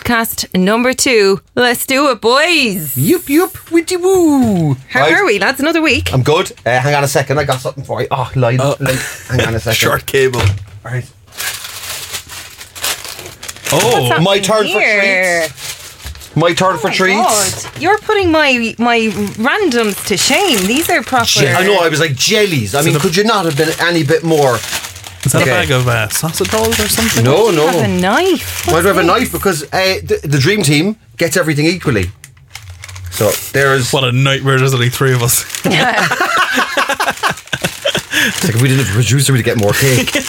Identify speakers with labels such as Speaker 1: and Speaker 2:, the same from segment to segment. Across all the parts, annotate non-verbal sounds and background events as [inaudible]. Speaker 1: podcast number two. Let's do it, boys.
Speaker 2: Yup, yup, witty woo.
Speaker 1: How
Speaker 2: Right.
Speaker 1: are we, lads? Another week.
Speaker 2: I'm good. Uh, hang on a second. I got something for you. Oh, line.
Speaker 1: Uh,
Speaker 3: Oh.
Speaker 2: line. Hang
Speaker 1: [laughs]
Speaker 2: on a second.
Speaker 3: Short cable.
Speaker 2: All right.
Speaker 3: Oh,
Speaker 2: my turn for
Speaker 1: Here.
Speaker 2: My turn for
Speaker 1: Oh my
Speaker 2: treats.
Speaker 1: God, You're putting my my randoms to shame. These are proper.
Speaker 2: Je- I know. I was like jellies. I mean, could you not have been any bit more?
Speaker 3: is that
Speaker 2: Okay.
Speaker 3: a bag of uh, sausage rolls or something?
Speaker 2: No,
Speaker 1: You have a
Speaker 2: no.
Speaker 1: knife.
Speaker 2: Why do I have
Speaker 1: What's
Speaker 2: a knife? Because uh, the, the dream team gets everything equally. So there's.
Speaker 3: What a nightmare! There's only three of us.
Speaker 2: It's like if we didn't have a producer, we'd get
Speaker 1: [laughs]
Speaker 2: more cake.
Speaker 1: this?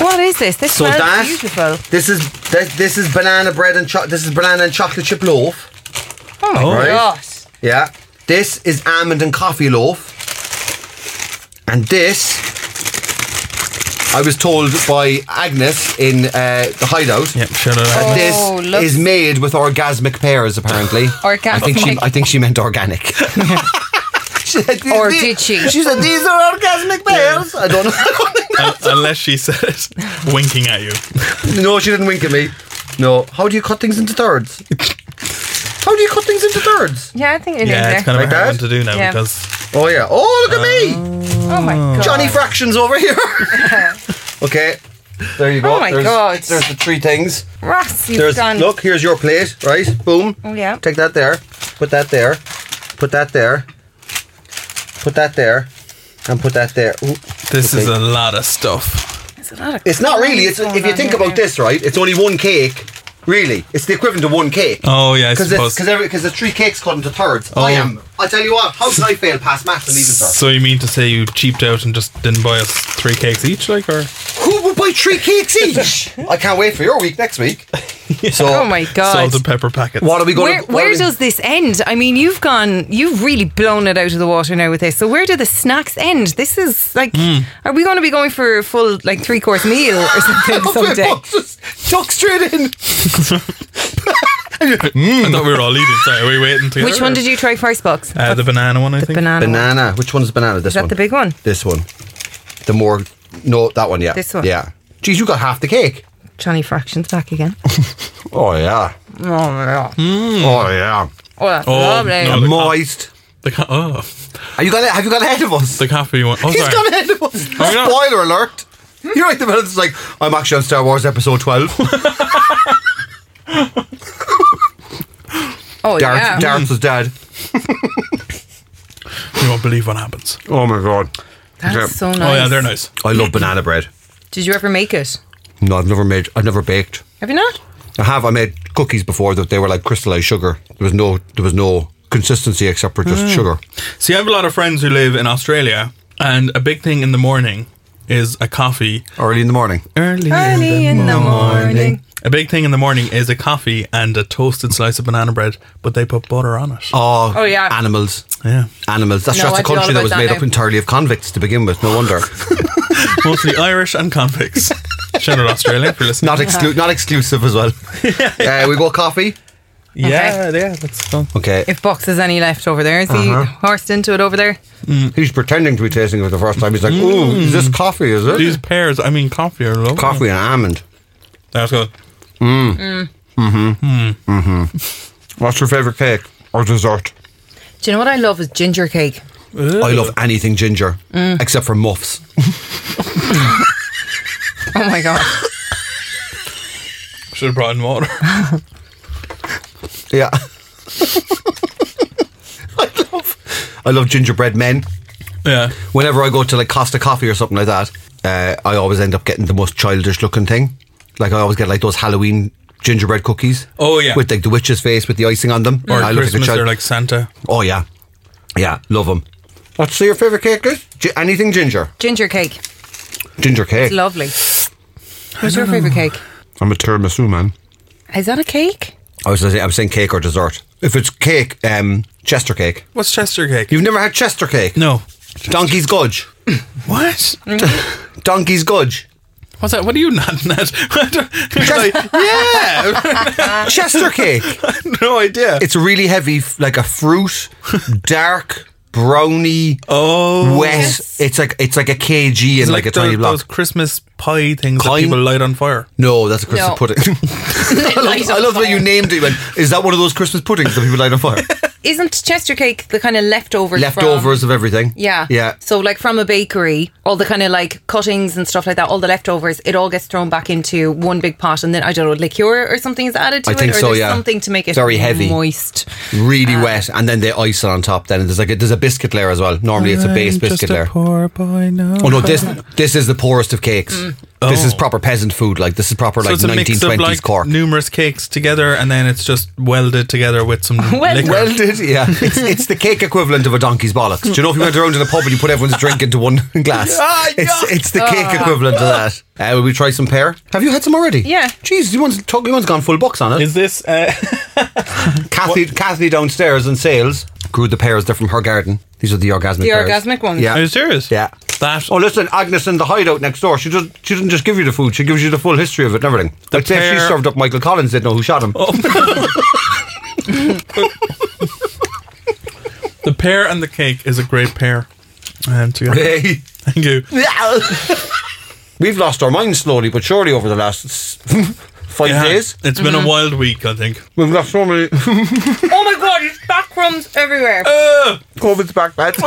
Speaker 1: What is this? This
Speaker 2: so
Speaker 1: smells
Speaker 2: that
Speaker 1: beautiful.
Speaker 2: this is that, this is banana bread and cho- this is banana and chocolate chip loaf.
Speaker 1: Oh my
Speaker 3: Oh. Right.
Speaker 1: god.
Speaker 2: Yeah. This is almond and coffee loaf. And this, I was told by Agnes in uh, the hideout.
Speaker 3: [laughs] Yep, shout out.
Speaker 2: that
Speaker 3: Agnes.
Speaker 2: This
Speaker 1: Oh, look.
Speaker 2: is made with orgasmic pears,
Speaker 1: [laughs]
Speaker 2: apparently. I think she,
Speaker 1: Orgasmic.
Speaker 2: I think she meant organic.
Speaker 1: [laughs]
Speaker 2: [laughs] She said, "These-
Speaker 1: Or
Speaker 2: these-"
Speaker 1: did she?
Speaker 2: She said these are orgasmic pears. I don't know. [laughs]
Speaker 3: Un- unless she said it, [laughs] winking at you.
Speaker 2: no, she didn't wink at me. No. How do you cut things into thirds? How do you cut things into thirds?
Speaker 1: Yeah, I think it is
Speaker 3: Yeah,
Speaker 1: there.
Speaker 3: it's kind of
Speaker 2: Like
Speaker 3: a hard
Speaker 2: that?
Speaker 3: one to do now
Speaker 1: Yeah.
Speaker 3: because
Speaker 2: Oh yeah. Oh look at me.
Speaker 1: oh my god.
Speaker 2: Johnny Fractions over here. [laughs] okay. There you go.
Speaker 1: Oh my
Speaker 2: there's,
Speaker 1: God.
Speaker 2: There's the three things.
Speaker 1: Ross, you've
Speaker 2: There's
Speaker 1: done.
Speaker 2: look. Here's your plate. Right. Boom.
Speaker 1: Oh, yeah.
Speaker 2: Take that there. Put that there. Put that there. Put that there. And put that there. Ooh.
Speaker 3: this is
Speaker 2: Okay.
Speaker 3: a lot of stuff.
Speaker 1: There's a lot of
Speaker 2: It's not really.
Speaker 1: crumbs
Speaker 2: It's
Speaker 1: going
Speaker 2: if you
Speaker 1: on
Speaker 2: think
Speaker 1: here.
Speaker 2: about this, right? It's only one cake. Really, it's the equivalent of one cake.
Speaker 3: Oh yeah, I
Speaker 2: Because
Speaker 3: suppose.
Speaker 2: because the three cakes cut into thirds. I
Speaker 3: Oh.
Speaker 2: am. I tell you what. How did I fail past maths and even thirds?
Speaker 3: So you mean to say you cheaped out and just didn't buy us three cakes each, like, or
Speaker 2: Who would buy three cakes
Speaker 3: [laughs]
Speaker 2: each? I can't wait for your week next week. So
Speaker 1: Oh my god.
Speaker 3: salt and pepper packets?
Speaker 2: What are we going?
Speaker 1: Where, where does this end? I mean, you've gone, you've really blown it out of the water now with this. So where do the snacks end? This is like, are we going to be going for a full like three course meal or something someday?
Speaker 2: Tuck straight in.
Speaker 3: [laughs] I thought we were all eating. Sorry, are we waiting together?
Speaker 1: Which one
Speaker 3: or-
Speaker 1: did you try first, Box?
Speaker 3: Uh, the banana one, I think.
Speaker 1: banana. one.
Speaker 2: Banana. Which one's banana? This
Speaker 1: Is that
Speaker 2: one.
Speaker 1: the big one?
Speaker 2: This one. The more. No, that one. Yeah.
Speaker 1: This one.
Speaker 2: Yeah. Geez, you got half the cake.
Speaker 1: Johnny Fractions back again.
Speaker 2: Oh yeah.
Speaker 1: oh, yeah.
Speaker 2: Oh yeah.
Speaker 1: oh, that's
Speaker 3: Oh,
Speaker 1: lovely.
Speaker 3: no. the
Speaker 2: Moist.
Speaker 3: The co- oh,
Speaker 2: Are you gonna? Have you got ahead of us?
Speaker 3: the coffee one. Oh,
Speaker 2: He's
Speaker 3: sorry.
Speaker 2: got ahead of us.
Speaker 3: Oh, yeah.
Speaker 2: Spoiler alert. You're right. The minute it's like I'm actually on Star Wars
Speaker 1: [laughs]
Speaker 2: Episode Twelve.
Speaker 1: Oh,
Speaker 2: Darth,
Speaker 1: yeah.
Speaker 2: Darth was dead.
Speaker 3: You won't believe what happens.
Speaker 2: Oh my god.
Speaker 1: That's so nice.
Speaker 3: Oh yeah, they're nice.
Speaker 2: I love banana bread.
Speaker 1: Did you ever make it?
Speaker 2: No, I've never made. I've never baked.
Speaker 1: Have you not?
Speaker 2: I have. I made cookies before that they were like crystallized sugar. There was no. There was no consistency except for just sugar.
Speaker 3: See, I have a lot of friends who live in Australia, and a big thing in the morning is a coffee.
Speaker 2: Early in the morning.
Speaker 3: Early,
Speaker 1: Early in the morning.
Speaker 3: A big thing in the morning is a coffee and a toasted slice of banana bread, but they put butter on it.
Speaker 2: Oh,
Speaker 1: Oh, yeah.
Speaker 2: Animals.
Speaker 3: Yeah.
Speaker 2: Animals. That's
Speaker 1: No,
Speaker 2: just a
Speaker 1: I'd be all
Speaker 2: country that
Speaker 1: about
Speaker 2: was
Speaker 1: that
Speaker 2: made
Speaker 1: now.
Speaker 2: up entirely of convicts to begin with. No
Speaker 1: [laughs]
Speaker 2: wonder.
Speaker 3: Mostly Irish and
Speaker 2: [laughs]
Speaker 3: convicts. Shout out Australia for listening.
Speaker 2: not exclu- Not exclusive
Speaker 1: [laughs]
Speaker 2: as well. Uh, we go coffee.
Speaker 3: yeah, yeah, that's fun.
Speaker 2: Okay.
Speaker 1: If Box has any left over there, is he horsed into it over there?
Speaker 2: He's pretending to be tasting it for the first time. He's like, "Ooh,
Speaker 1: Mm.
Speaker 2: is this coffee? Is it
Speaker 3: These pears, I mean coffee are lovely.
Speaker 2: coffee and almond?"
Speaker 3: That's good.
Speaker 2: What's your favorite cake or dessert?
Speaker 1: Do you know what I love is ginger cake.
Speaker 2: I love anything ginger
Speaker 1: Mm.
Speaker 2: except for muffs.
Speaker 1: Oh my god.
Speaker 3: Should have brought
Speaker 2: [laughs]
Speaker 3: in water. [laughs]
Speaker 2: Yeah. I love I love gingerbread men.
Speaker 3: yeah.
Speaker 2: Whenever I go to like Costa Coffee or something like that, uh, I always end up getting the most childish looking thing. Like I always get like those Halloween gingerbread cookies.
Speaker 3: Oh, yeah.
Speaker 2: with like the witch's face with the icing on them.
Speaker 3: Or
Speaker 2: I look
Speaker 3: Christmas,
Speaker 2: child-
Speaker 3: they're like Santa.
Speaker 2: oh yeah, yeah, love them. What's your favorite cake? Liz? Gi- anything ginger?
Speaker 1: Ginger cake.
Speaker 2: Ginger cake.
Speaker 1: Lovely. What's your favourite cake?
Speaker 2: I'm a tiramisu man.
Speaker 1: Is that a cake?
Speaker 2: I was, I was saying cake or dessert. If it's cake, um, Chester cake.
Speaker 3: What's Chester cake?
Speaker 2: You've never had Chester cake?
Speaker 3: no.
Speaker 2: Donkey's Gudge.
Speaker 3: What?
Speaker 2: Mm. Donkey's Gudge.
Speaker 3: What's that? What are you nodding at? [laughs] I don't- like, yeah.
Speaker 2: Chester cake.
Speaker 3: [laughs] no idea.
Speaker 2: It's really heavy, f- like a fruit, dark brownie
Speaker 3: Oh,
Speaker 2: wet.
Speaker 1: Yes.
Speaker 2: It's like it's like a kg and
Speaker 3: It's
Speaker 2: like, a
Speaker 3: tho-
Speaker 2: tiny block.
Speaker 3: Those Christmas pie things
Speaker 2: Kind-
Speaker 3: that people light on fire.
Speaker 2: No, that's a Christmas
Speaker 1: No.
Speaker 2: pudding. [laughs] I love,
Speaker 1: Light on
Speaker 2: I love the way
Speaker 1: fire.
Speaker 2: you named it. Like, is that one of those Christmas puddings that people light on fire?
Speaker 1: Isn't Chester cake the kind of leftovers? From,
Speaker 2: Leftovers of everything.
Speaker 1: Yeah.
Speaker 2: Yeah.
Speaker 1: So like from a bakery, all the kind of like cuttings and stuff like that, all the leftovers, it all gets thrown back into one big pot, and then I don't know, liqueur or something is added to
Speaker 2: I
Speaker 1: it,
Speaker 2: think
Speaker 1: or
Speaker 2: so,
Speaker 1: there's
Speaker 2: yeah.
Speaker 1: something to make it
Speaker 2: It's very heavy.
Speaker 1: moist.
Speaker 2: Really wet, and then they ice it on top. Then and there's like a, there's a biscuit layer as well. Normally it's a
Speaker 3: Mm,
Speaker 2: base biscuit layer.
Speaker 3: poor boy now.
Speaker 2: Oh no, this this is the poorest of cakes. This is proper peasant food. Like this is proper
Speaker 3: Mm.
Speaker 2: like
Speaker 3: Oh. So it's a
Speaker 2: nineteen
Speaker 3: mix of
Speaker 2: twenties
Speaker 3: like
Speaker 2: Cork. [laughs]
Speaker 3: numerous cakes together, and then it's just welded together
Speaker 2: [laughs]
Speaker 3: with some liquor.
Speaker 2: Welded, yeah. It's, it's the cake equivalent of a donkey's bollocks. Do you know if you went around in a pub and you put everyone's drink into one [laughs] glass?
Speaker 3: Ah,
Speaker 2: It's, it's the cake equivalent to that. Uh, will we try some pear? Have you had some already?
Speaker 1: Yeah.
Speaker 2: Jeez, you one's, you one's gone full box on it.
Speaker 3: Is this? Uh,
Speaker 2: Kathy, Kathy downstairs in sales grew the pears. They're from her garden. These are the orgasmic.
Speaker 1: The
Speaker 2: pears.
Speaker 1: orgasmic ones?
Speaker 2: Yeah.
Speaker 3: are you serious?
Speaker 2: Yeah.
Speaker 3: That.
Speaker 2: Oh, listen, Agnes in the hideout next door. She does. She didn't just give you the food. She gives you the full history of it and everything.
Speaker 3: The Oh.
Speaker 2: I'd say if she
Speaker 3: pear-
Speaker 2: served up Michael Collins. Didn't know who shot him.
Speaker 3: The pear and the cake is a great pair. And together. [laughs]
Speaker 2: Hey.
Speaker 3: Thank you.
Speaker 2: We've lost our minds slowly but surely over the last s- [laughs] five
Speaker 3: Yeah,
Speaker 2: days.
Speaker 3: It's been a wild week, I
Speaker 2: [laughs]
Speaker 3: think.
Speaker 2: We've lost so many.
Speaker 1: Oh my god, it's backcrumbs everywhere.
Speaker 2: Oh,
Speaker 3: Uh,
Speaker 2: COVID's back, lads.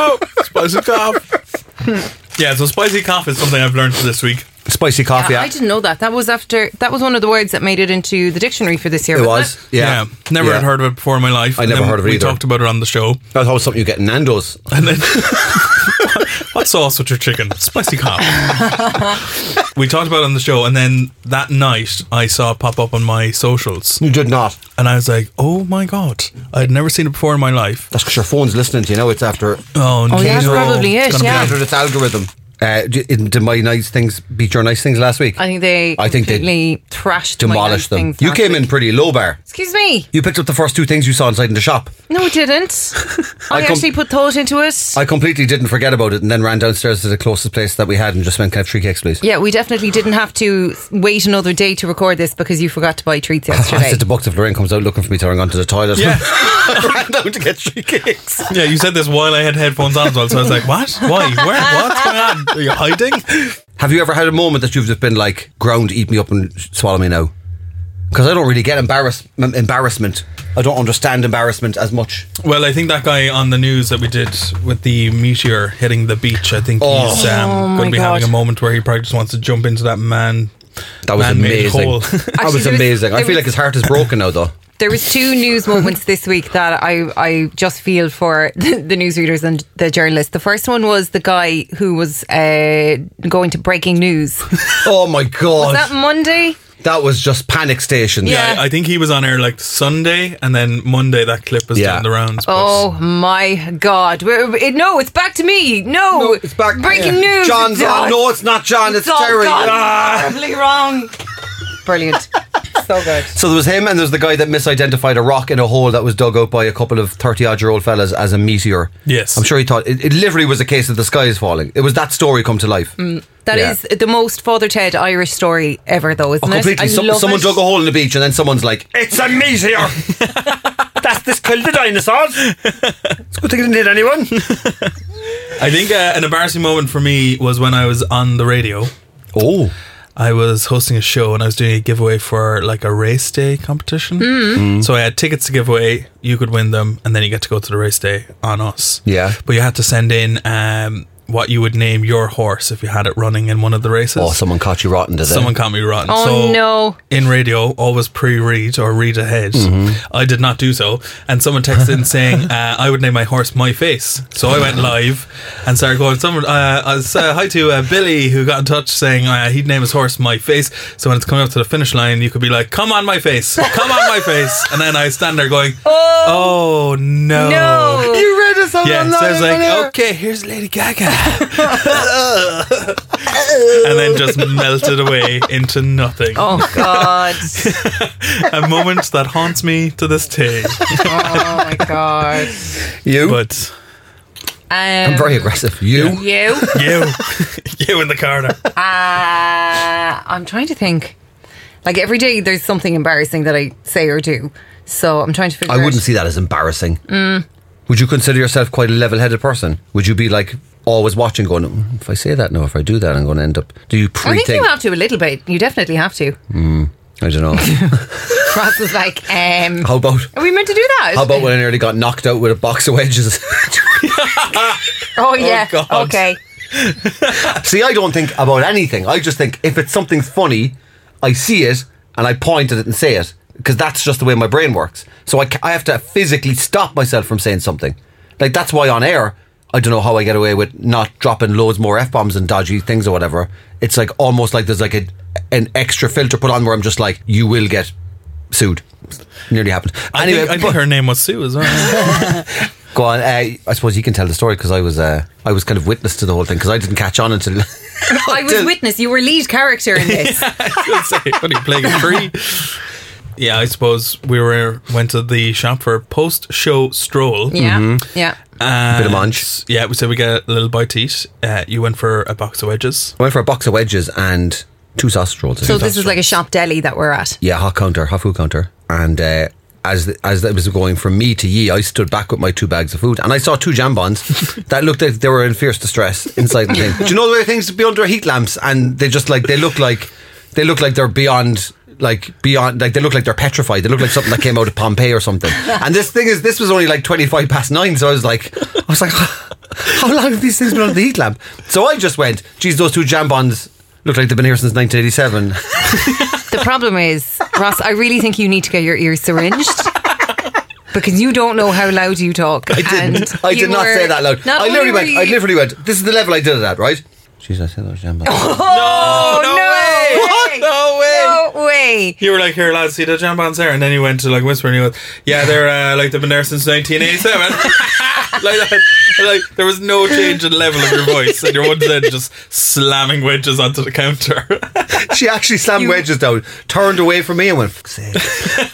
Speaker 3: spicy cough.
Speaker 2: [laughs]
Speaker 3: yeah, so spicy cough is something I've learned this week.
Speaker 2: Spicy coffee.
Speaker 1: I didn't know that. That was after. That was one of the words that made it into the dictionary for this year.
Speaker 2: It
Speaker 1: wasn't
Speaker 2: was. Yeah.
Speaker 3: never
Speaker 2: Yeah.
Speaker 3: had heard of it before in my life.
Speaker 2: I
Speaker 3: And
Speaker 2: never
Speaker 3: then
Speaker 2: heard of it
Speaker 3: We
Speaker 2: either.
Speaker 3: talked about it on the show.
Speaker 2: That's always something you get in Nando's.
Speaker 3: And then, [laughs] what sauce with your chicken? Spicy
Speaker 2: [laughs]
Speaker 3: cock. we talked about it on the show, and then that night I saw it pop up on my socials,
Speaker 2: You did not.
Speaker 3: and I was like, "Oh my god, I'd never seen it before in my life."
Speaker 2: That's because your phone's listening to you. Now it's after.
Speaker 3: Oh, no.
Speaker 1: Oh, yeah, that's probably
Speaker 3: It's
Speaker 1: it,
Speaker 3: gonna be
Speaker 1: yeah.
Speaker 2: after this algorithm. Uh, d- did my nice things beat your nice things last week?
Speaker 1: I think they.
Speaker 2: I think they
Speaker 1: completely trashed my nice
Speaker 2: demolished them.
Speaker 1: things
Speaker 2: You
Speaker 1: last
Speaker 2: came
Speaker 1: week.
Speaker 2: in pretty low bar.
Speaker 1: Excuse me.
Speaker 2: You picked up the first two things you saw inside in the shop.
Speaker 1: No, it
Speaker 2: [laughs]
Speaker 1: didn't. I,
Speaker 2: I com-
Speaker 1: actually put thought into it.
Speaker 2: I completely didn't forget about it and then ran downstairs to the closest place that we had and just went, "Can I have three cakes, please?"
Speaker 1: yeah, we definitely didn't have to wait another day to record this because you forgot to buy treats
Speaker 2: [laughs] [laughs] I
Speaker 1: yesterday.
Speaker 2: said the box of Lorraine comes out looking for me to run onto the toilet.
Speaker 3: Yeah.
Speaker 2: [laughs] I ran down to get three cakes.
Speaker 3: Yeah, you said this while I had headphones on as well, so I was like, "What? Why? Where? What's going on? Are you hiding?"
Speaker 2: Have you ever had a moment that you've just been like, "Ground, eat me up and swallow me now"? Because I don't really get embarrass- m- embarrassment. I don't understand embarrassment as much.
Speaker 3: Well, I think that guy on the news that we did with the meteor hitting the beach, I think
Speaker 2: Oh.
Speaker 3: he's um,
Speaker 1: Oh my
Speaker 3: going to be having
Speaker 1: God.
Speaker 3: a moment where he probably just wants to jump into that man.
Speaker 2: That was
Speaker 3: man-made
Speaker 2: amazing. [laughs]
Speaker 3: hole. [laughs]
Speaker 2: that
Speaker 1: Actually,
Speaker 2: was
Speaker 1: there was-
Speaker 2: amazing. I
Speaker 1: there
Speaker 2: feel
Speaker 1: was-
Speaker 2: like his heart is broken
Speaker 1: [laughs]
Speaker 2: now, though.
Speaker 1: there was two news moments this week that I, I just feel for [laughs] the, the newsreaders and the journalists. The first one was the guy who was uh, going to breaking
Speaker 2: [laughs]
Speaker 1: news.
Speaker 2: Oh my
Speaker 1: Was
Speaker 2: god,
Speaker 1: that Monday?
Speaker 2: that was just panic station.
Speaker 1: Yeah.
Speaker 3: I, I think he was on air like Sunday, and then Monday that clip was
Speaker 2: Yeah.
Speaker 3: doing the rounds. but-
Speaker 1: Oh my God! We're- it- no, it's back to me. No,
Speaker 2: No, Oh, it's back.
Speaker 1: Oh, Breaking
Speaker 2: Yeah.
Speaker 1: news. [laughs]
Speaker 2: John's
Speaker 1: Oh,
Speaker 2: on. No, it's not John. It's,
Speaker 1: all
Speaker 2: Terry.
Speaker 1: gone
Speaker 2: Ah.
Speaker 1: horribly wrong. Brilliant. so good.
Speaker 2: So there was him, and there's the guy that misidentified a rock in a hole that was dug out by a couple of thirty-odd-year-old fellas as a meteor.
Speaker 3: Yes.
Speaker 2: I'm sure he thought it, it literally was a case of the sky is falling. It was that story come to life. Oh,
Speaker 1: That
Speaker 2: Yeah.
Speaker 1: is the most Father Ted Irish story ever, though, isn't
Speaker 2: Oh,
Speaker 1: it? I
Speaker 2: completely. Some-
Speaker 1: love
Speaker 2: someone
Speaker 1: it.
Speaker 2: dug a hole in the beach, and then someone's like, "It's a meteor."
Speaker 1: [laughs]
Speaker 2: That's this killed the dinosaurs. It's good thing it didn't hit anyone.
Speaker 3: I think uh, an embarrassing moment for me was when I was on the radio.
Speaker 2: Oh,
Speaker 3: I was hosting a show and I was doing a giveaway for like a race day competition. So I had tickets to give away. You could win them, and then you get to go to the race day on us.
Speaker 2: Yeah.
Speaker 3: But you had to send in um, what you would name your horse if you had it running in one of the races.
Speaker 2: oh! Someone caught you rotten today.
Speaker 3: Someone caught me rotten.
Speaker 1: Oh,
Speaker 3: so
Speaker 1: no.
Speaker 3: In radio, always pre-read or read ahead. I did not do so, and someone texted in saying [laughs] uh, I would name my horse My Face. So I went live and started going. Someone, uh, I was, uh, hi to uh, Billy who got in touch saying uh, he'd name his horse My Face. So when it's coming up to the finish line, you could be like, "Come on, My Face! Come on, My Face!" And then I stand
Speaker 1: [laughs]
Speaker 3: there going, "Oh, no!"
Speaker 1: No.
Speaker 2: You read us on
Speaker 3: Yeah, so I was
Speaker 2: online,
Speaker 3: like,
Speaker 2: yeah.
Speaker 3: okay, here's Lady Gaga. [laughs] and then just melted away into nothing.
Speaker 1: Oh, God.
Speaker 3: A moment that haunts me to
Speaker 1: [laughs]
Speaker 3: this day.
Speaker 1: oh, my God.
Speaker 2: You.
Speaker 3: But
Speaker 1: Um,
Speaker 2: I'm very aggressive. You.
Speaker 1: You?
Speaker 3: you, [laughs] you in the corner.
Speaker 1: Uh, I'm trying to think. Like, every day there's something embarrassing that I say or do. So I'm trying to figure
Speaker 2: I
Speaker 1: out.
Speaker 2: wouldn't see that as embarrassing. Would you consider yourself quite a level-headed person? Would you be like always watching, going, "Mm, if I say that now, if I do that, I'm going to end up? Do you
Speaker 1: I think
Speaker 2: pre-think?
Speaker 1: you have to a little bit. You definitely have
Speaker 2: [laughs]
Speaker 1: to.
Speaker 2: I don't know.
Speaker 1: [laughs] Ross was like, um,
Speaker 2: How about?
Speaker 1: are we meant to do that?
Speaker 2: How about when I nearly got knocked out with a box of wedges? [laughs]
Speaker 1: Oh, yeah.
Speaker 3: God.
Speaker 1: okay.
Speaker 2: see, I don't think about anything. I just think if it's something's funny, I see it and I point at it and say it because that's just the way my brain works. So I, ca- I have to physically stop myself from saying something. Like that's why on air, I don't know how I get away with not dropping loads more f bombs and dodgy things or whatever. It's like almost like there's like a an extra filter put on where I'm just like, you will get sued. Nearly happened.
Speaker 3: I think, I
Speaker 2: but-
Speaker 3: think her name was Sue as well.
Speaker 1: [laughs]
Speaker 3: [laughs]
Speaker 2: Go on. Uh, I suppose you can tell the story because I was uh, I was kind of witness to the whole thing because I didn't catch on until [laughs]
Speaker 1: I was
Speaker 2: Dil-
Speaker 1: witness. You were lead character in
Speaker 2: [laughs]
Speaker 1: this.
Speaker 3: I'd say, what are you playing a tree? Yeah, I suppose we were went to the shop for a post-show stroll.
Speaker 1: Yeah.
Speaker 2: Mm-hmm.
Speaker 1: Yeah.
Speaker 3: And-
Speaker 2: Bit of munch.
Speaker 3: Yeah, we said we get a little bite to eat. Uh, you went for a box of wedges.
Speaker 2: I went for a box of wedges and two sausage rolls. I
Speaker 1: So
Speaker 2: think.
Speaker 1: this is like a shop deli that we're at.
Speaker 2: yeah, hot counter, hot food counter, and uh, as the, as that was going from me to ye, I stood back with my two bags of food, and I saw two jambons that looked like they were in fierce distress inside the thing. Do you know the way things be under heat lamps, and they just like they look like they look like they're beyond. Like beyond, like they look like they're petrified. They look like something that came out of Pompeii or something. And this thing is, this was only like twenty five past nine. So I was like, I was like, how long have these things been under the heat lamp? So I just went, geez, those two jambons look like they've been here since nineteen eighty seven.
Speaker 1: The problem is, Ross, I really think you need to get your ears [laughs] syringed. Because you don't know how loud you talk.
Speaker 2: I didn't.
Speaker 1: And
Speaker 2: [laughs] I
Speaker 1: you
Speaker 2: did not
Speaker 1: were-
Speaker 2: say that loud.
Speaker 1: not
Speaker 2: I literally
Speaker 1: only were
Speaker 2: went. I
Speaker 1: you-
Speaker 2: literally went. This is the level I did it at, right? Jeez, I said those jambons.
Speaker 1: [laughs] Oh, no, way.
Speaker 3: What? [laughs] No way.
Speaker 1: No way.
Speaker 3: You were like, here, lads, see the jambons there? And then you went to like whisper and you went, yeah, they're uh, like they've been there since 1987. [laughs] like that. Like, there was no change in level of your voice. And your one then just slamming wedges onto the counter. [laughs]
Speaker 2: she actually slammed wedges down, turned away from me, and went.
Speaker 1: [laughs]
Speaker 2: Fuck's sake. [laughs]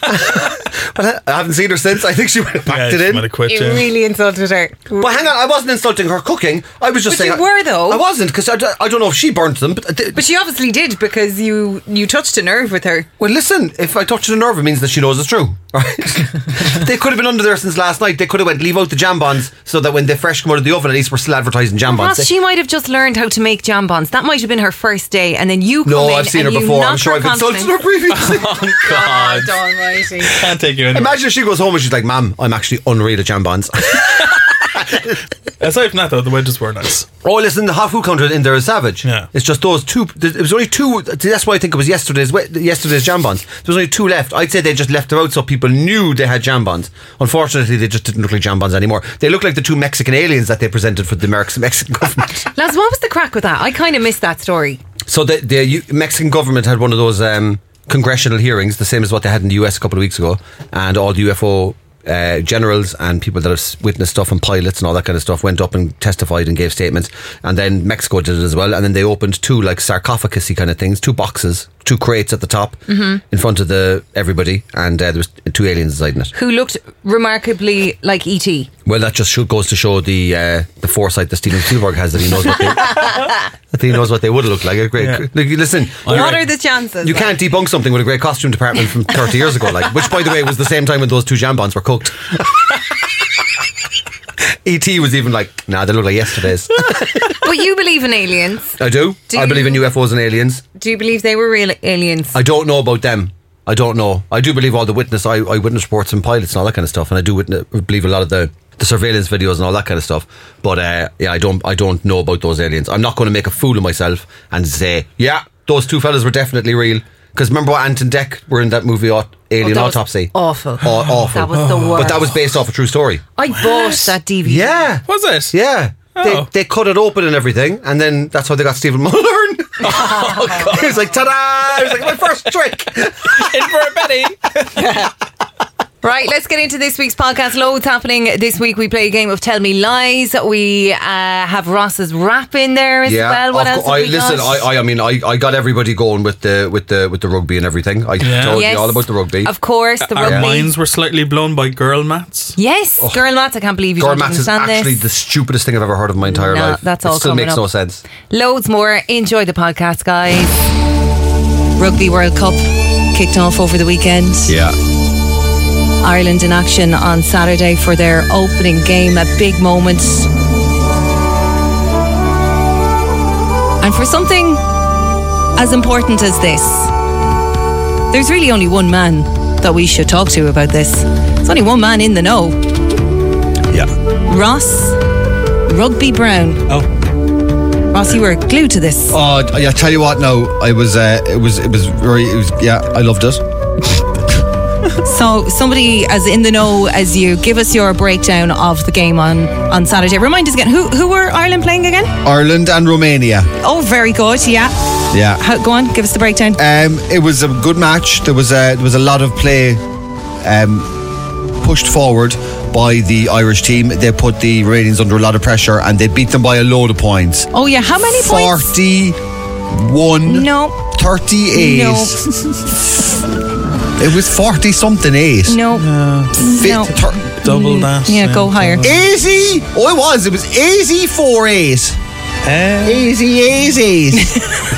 Speaker 2: but I, I haven't seen her since. I think she went and packed
Speaker 3: she
Speaker 2: it
Speaker 3: might
Speaker 2: in.
Speaker 3: have quit,
Speaker 1: You
Speaker 3: yeah. [laughs]
Speaker 1: really insulted her.
Speaker 2: But hang on, I wasn't insulting her cooking. I was just
Speaker 1: But
Speaker 2: saying.
Speaker 1: you were, though.
Speaker 2: I wasn't because I, d- I don't know if she burnt them, but. uh, I did-
Speaker 1: But she obviously did because you you touched a nerve with her.
Speaker 2: Well, listen, if I touch the nerve, it means that she knows it's true. [laughs] Right? they could have been under there since last night. They could have went, leave out the jambons so that when they fresh come out of the oven, at least we're still advertising jambons.
Speaker 1: Ross, she might have just learned how to make jambons. That might have been her first day, and then you come
Speaker 2: no,
Speaker 1: in
Speaker 2: I've seen her
Speaker 1: and you
Speaker 2: before. I'm
Speaker 1: knock
Speaker 2: sure I've
Speaker 1: confidence.
Speaker 2: insulted her previously.
Speaker 1: [laughs]
Speaker 2: [laughs]
Speaker 3: oh, God.
Speaker 1: God almighty.
Speaker 3: Can't take you in.
Speaker 2: Imagine if she goes home and she's like, "Ma'am, I'm actually unreal
Speaker 1: [laughs]
Speaker 2: at jambons."
Speaker 3: Aside from that, though, the wedges were nice.
Speaker 2: oh, listen, the half food counter in there is savage.
Speaker 3: Yeah.
Speaker 2: it's just those two. th- It was only two. That's why I think it was yesterday's we- yesterday's jambons. There was only two left. I'd say they just left them out so people knew they had jambons. Unfortunately, they just didn't look like jambons anymore. They look like the two Mexican aliens that they presented for the American Mexican [laughs] government.
Speaker 1: Lads, what was the crack with that? I kind of missed that story.
Speaker 2: so the, the U- Mexican government had one of those um, congressional hearings, the same as what they had in the US a couple of weeks ago, and all the UFO. Uh, generals and people that have s- witnessed stuff and pilots and all that kind of stuff went up and testified and gave statements and then Mexico did it as well and then they opened two like sarcophagus kind of things two boxes two crates at the top in front of the everybody and uh, there was two aliens inside in it
Speaker 1: Who looked remarkably like E E.T.
Speaker 2: well that just should, goes to show the uh, the foresight that Steven Spielberg has that he knows what they, [laughs] that he knows what they would look like A great
Speaker 3: Yeah.
Speaker 2: like, listen
Speaker 3: All
Speaker 1: What
Speaker 3: right.
Speaker 1: are the chances?
Speaker 2: you can't debunk something with a great costume department from 30 years ago, like which, by the way, was the same time when those two jambons were cooked. ET was even like, nah, they look like yesterday's.
Speaker 1: But you believe in aliens.
Speaker 2: I do.
Speaker 1: Do
Speaker 2: I believe in UFOs and aliens.
Speaker 1: Do you believe they were real aliens?
Speaker 2: I don't know about them. I don't know. I do believe all the witness, I, I witness reports and pilots and all that kind of stuff, and I do witness, believe a lot of the, the surveillance videos and all that kind of stuff. But uh, yeah, I don't I don't know about those aliens. I'm not going to make a fool of myself and say, yeah, those two fellas were definitely real. Because remember what Anton Deck were in that movie Aut- Alien
Speaker 1: Oh, that was
Speaker 2: Autopsy?
Speaker 1: awful.
Speaker 2: Aw- awful.
Speaker 1: That was the
Speaker 2: But that
Speaker 1: worst.
Speaker 2: was based off a true story.
Speaker 1: I bought that DVD.
Speaker 2: Yeah.
Speaker 3: Was it?
Speaker 2: Yeah.
Speaker 3: Oh.
Speaker 2: They, they cut it open and everything, and then that's how they got Stephen Mullen. [laughs]
Speaker 1: [laughs]
Speaker 2: he was like, ta-da! He was like, my first trick!
Speaker 3: [laughs] In for a penny.
Speaker 1: Right, let's get into this week's podcast. Loads happening this week. We play a game of Tell Me Lies. We uh, have Ross's rap in there as well. What
Speaker 2: of
Speaker 1: else?
Speaker 2: cou-
Speaker 1: have
Speaker 2: I
Speaker 1: we
Speaker 2: listen.
Speaker 1: got?
Speaker 2: I, I, I mean, I, I got everybody going with the with the with the rugby and everything. I told
Speaker 1: Yes,
Speaker 2: you all about the rugby.
Speaker 1: Of course, [laughs] the
Speaker 3: Our
Speaker 1: rugby.
Speaker 3: minds were slightly blown by girl mats.
Speaker 1: Yes, girl maths. I can't believe you
Speaker 2: Gore
Speaker 1: don't
Speaker 2: Mats Oh. is
Speaker 1: understand
Speaker 2: actually
Speaker 1: this.
Speaker 2: the stupidest thing I've ever heard of in my entire
Speaker 1: No,
Speaker 2: life.
Speaker 1: that's
Speaker 2: it
Speaker 1: all
Speaker 2: still
Speaker 1: coming
Speaker 2: makes
Speaker 1: up.
Speaker 2: no sense.
Speaker 1: Loads more. Enjoy the podcast, guys. Rugby World Cup kicked off over the weekend.
Speaker 2: Yeah.
Speaker 1: Ireland in action on Saturday for their opening game. A big moment. And for something as important as this, there's really only one man that we should talk to about this. There's only one man in the know
Speaker 4: Yeah.
Speaker 1: Ross Rugby Brown.
Speaker 3: Oh.
Speaker 1: Ross, you were glued to this.
Speaker 2: Oh, I I tell you what. No, I was. Uh, it was. It was very. It was, yeah, I loved it.
Speaker 1: So somebody as in the know as you, give us your breakdown of the game on on Saturday. Remind us again who who were Ireland playing again?
Speaker 2: Ireland and Romania.
Speaker 1: Oh, very good. Yeah,
Speaker 2: Yeah.
Speaker 1: How, go on, give us the breakdown.
Speaker 2: Um, it was a good match. There was a there was a lot of play um, pushed forward by the Irish team. They put the Iranians under a lot of pressure and they beat them by a load of points.
Speaker 1: Oh yeah, how many points?
Speaker 2: Forty-one.
Speaker 1: No,
Speaker 2: Thirty-eight.
Speaker 1: No.
Speaker 2: [laughs] It was forty something eight.
Speaker 1: no,
Speaker 2: Fi-
Speaker 1: no.
Speaker 2: thir-
Speaker 3: Double that.
Speaker 1: Yeah, go higher.
Speaker 2: Easy. Oh, it was. It was easy four eight.
Speaker 3: Eh,
Speaker 1: [laughs]
Speaker 2: Easy, easy,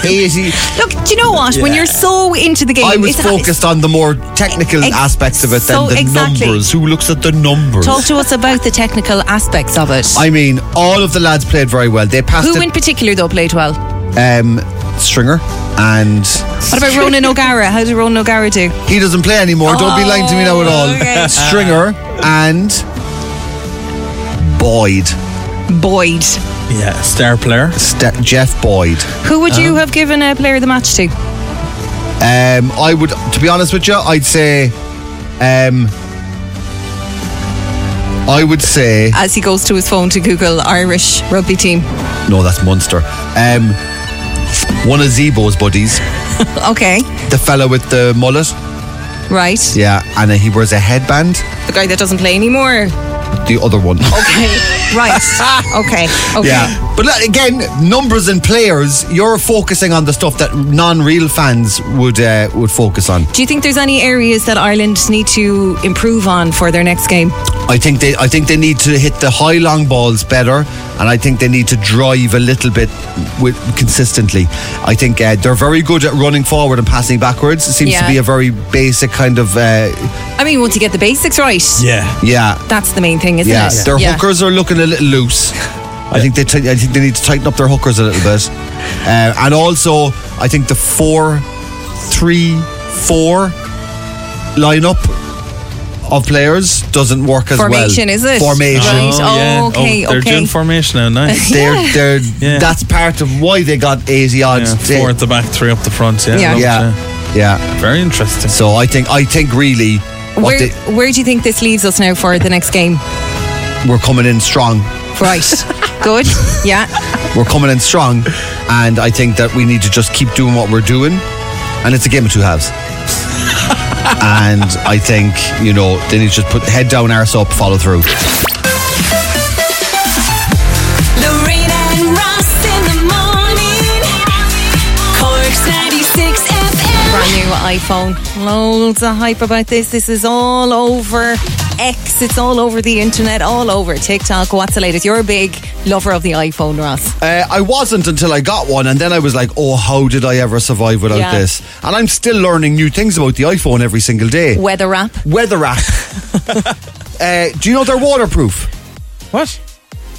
Speaker 2: easy.
Speaker 1: Look, do you know what? When you're so into the game,
Speaker 2: I was
Speaker 1: it's-
Speaker 2: focused on the more technical
Speaker 1: Ex-
Speaker 2: aspects of it than
Speaker 1: so
Speaker 2: the
Speaker 1: exactly.
Speaker 2: numbers. Who looks at the numbers?
Speaker 1: Talk to us about the technical aspects of it.
Speaker 2: I mean, all of the lads played very well. They passed
Speaker 1: who in
Speaker 2: it,
Speaker 1: particular though played well?
Speaker 2: um, Stringer, and
Speaker 1: What about [laughs] Ronan O'Gara? How did Ronan O'Gara do?
Speaker 2: he doesn't play anymore. Don't be lying to me now at all.
Speaker 1: okay.
Speaker 2: Stringer and Boyd,
Speaker 1: Boyd.
Speaker 3: yeah, star player.
Speaker 2: Ste- Jeff Boyd.
Speaker 1: Who would you have given a player of the match to?
Speaker 2: Um, I would, to be honest with you, I'd say, um, I would say.
Speaker 1: as he goes to his phone to Google Irish rugby team.
Speaker 2: No, that's Munster. Um, one of Zebo's buddies,
Speaker 1: Okay,
Speaker 2: the fella with the mullet.
Speaker 1: right.
Speaker 2: Yeah, and he wears a headband.
Speaker 1: The guy that doesn't play anymore.
Speaker 2: The other one.
Speaker 1: Okay, [laughs] right. Okay, okay.
Speaker 2: Yeah, but like, again, numbers and players. You're focusing on the stuff that non-real fans would uh, would focus on.
Speaker 1: Do you think there's any areas that Ireland need to improve on for their next game?
Speaker 2: I think they I think they need to hit the high long balls better, and I think they need to drive a little bit with, consistently. I think uh, they're very good at running forward and passing backwards. It seems
Speaker 1: Yeah.
Speaker 2: to be a very basic kind of uh,
Speaker 1: I mean, once you get the basics right,
Speaker 3: Yeah.
Speaker 2: yeah.
Speaker 1: that's the main thing, isn't
Speaker 2: Yeah,
Speaker 1: it?
Speaker 2: their hookers are looking a little loose. I think they, t- I think they need to tighten up their hookers a little bit, uh, and also I think the four, three, four lineup of players doesn't work as
Speaker 1: Formation,
Speaker 2: well.
Speaker 1: is it?
Speaker 2: Formation.
Speaker 1: Right. Oh, okay,
Speaker 3: they're
Speaker 1: okay.
Speaker 3: doing formation now.
Speaker 1: [laughs]
Speaker 3: Nice.
Speaker 2: They're, they're,
Speaker 3: Yeah.
Speaker 2: That's part of why they got 80
Speaker 3: Yeah,
Speaker 2: odds.
Speaker 3: four at the back, three up the front. Yeah.
Speaker 1: Yeah.
Speaker 2: yeah,
Speaker 3: lovely.
Speaker 2: yeah.
Speaker 3: Very interesting.
Speaker 2: So I think I think really what
Speaker 1: Where,
Speaker 2: they-
Speaker 1: where do you think this leaves us now for the next game?
Speaker 2: we're coming in strong.
Speaker 1: Right. Good. Yeah.
Speaker 2: We're coming in strong, and I think that we need to just keep doing what we're doing. And it's a game of two halves. and I think you know they need to just put head down, arse up, follow through.
Speaker 5: [laughs] Lorraine and Ross in the morning. Corks 96 FM.
Speaker 1: brand new iPhone. Loads of hype about this. This is all over X. It's all over the internet, all over TikTok. What's the latest? You're a big lover of the iPhone, Ross.
Speaker 2: Uh, I wasn't until I got one, and then I was like, "Oh, how did I ever survive without
Speaker 1: Yeah.
Speaker 2: this?" And I'm still learning new things about the iPhone every single day.
Speaker 1: Weather app.
Speaker 2: Weather app. uh, do you know they're waterproof?
Speaker 3: What?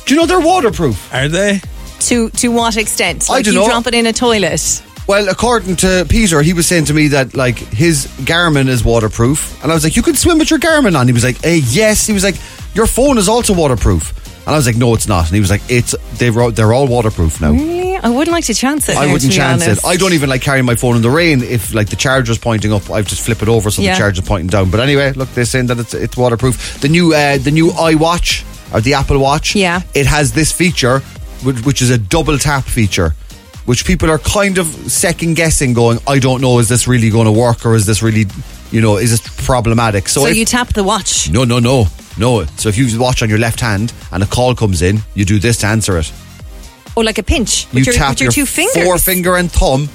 Speaker 2: Do you know they're waterproof?
Speaker 3: Are they?
Speaker 1: To to what extent?
Speaker 2: I
Speaker 1: Like
Speaker 2: don't
Speaker 1: you
Speaker 2: know.
Speaker 1: drop it in a toilet.
Speaker 2: Well, according to Peter, he was saying to me that like his Garmin is waterproof, and I was like, "You can swim with your Garmin on." He was like, eh, "Yes." He was like, "Your phone is also waterproof," and I was like, "No, it's not." And he was like, "It's they wrote they're all waterproof now."
Speaker 1: Yeah, I wouldn't like to chance it.
Speaker 2: I
Speaker 1: now, to
Speaker 2: wouldn't
Speaker 1: be
Speaker 2: chance
Speaker 1: honest.
Speaker 2: it. I don't even like carrying my phone in the rain. If like the charger's pointing up, I just flip it over so
Speaker 1: Yeah.
Speaker 2: the charger's pointing down. But anyway, look, they're saying that it's it's waterproof. The new uh, the new iWatch or the Apple Watch,
Speaker 1: Yeah.
Speaker 2: it has this feature, which, which is a double tap feature. Which people are kind of second guessing, going, I don't know, is this really going to work or is this really, you know, is this problematic? So,
Speaker 1: So
Speaker 2: if-
Speaker 1: you tap the watch.
Speaker 2: no, no, no, no. So if you watch on your left hand and a call comes in, you do this to answer it
Speaker 1: Oh, like a pinch. With
Speaker 2: you
Speaker 1: your,
Speaker 2: tap
Speaker 1: with your, two fingers.
Speaker 2: forefinger and thumb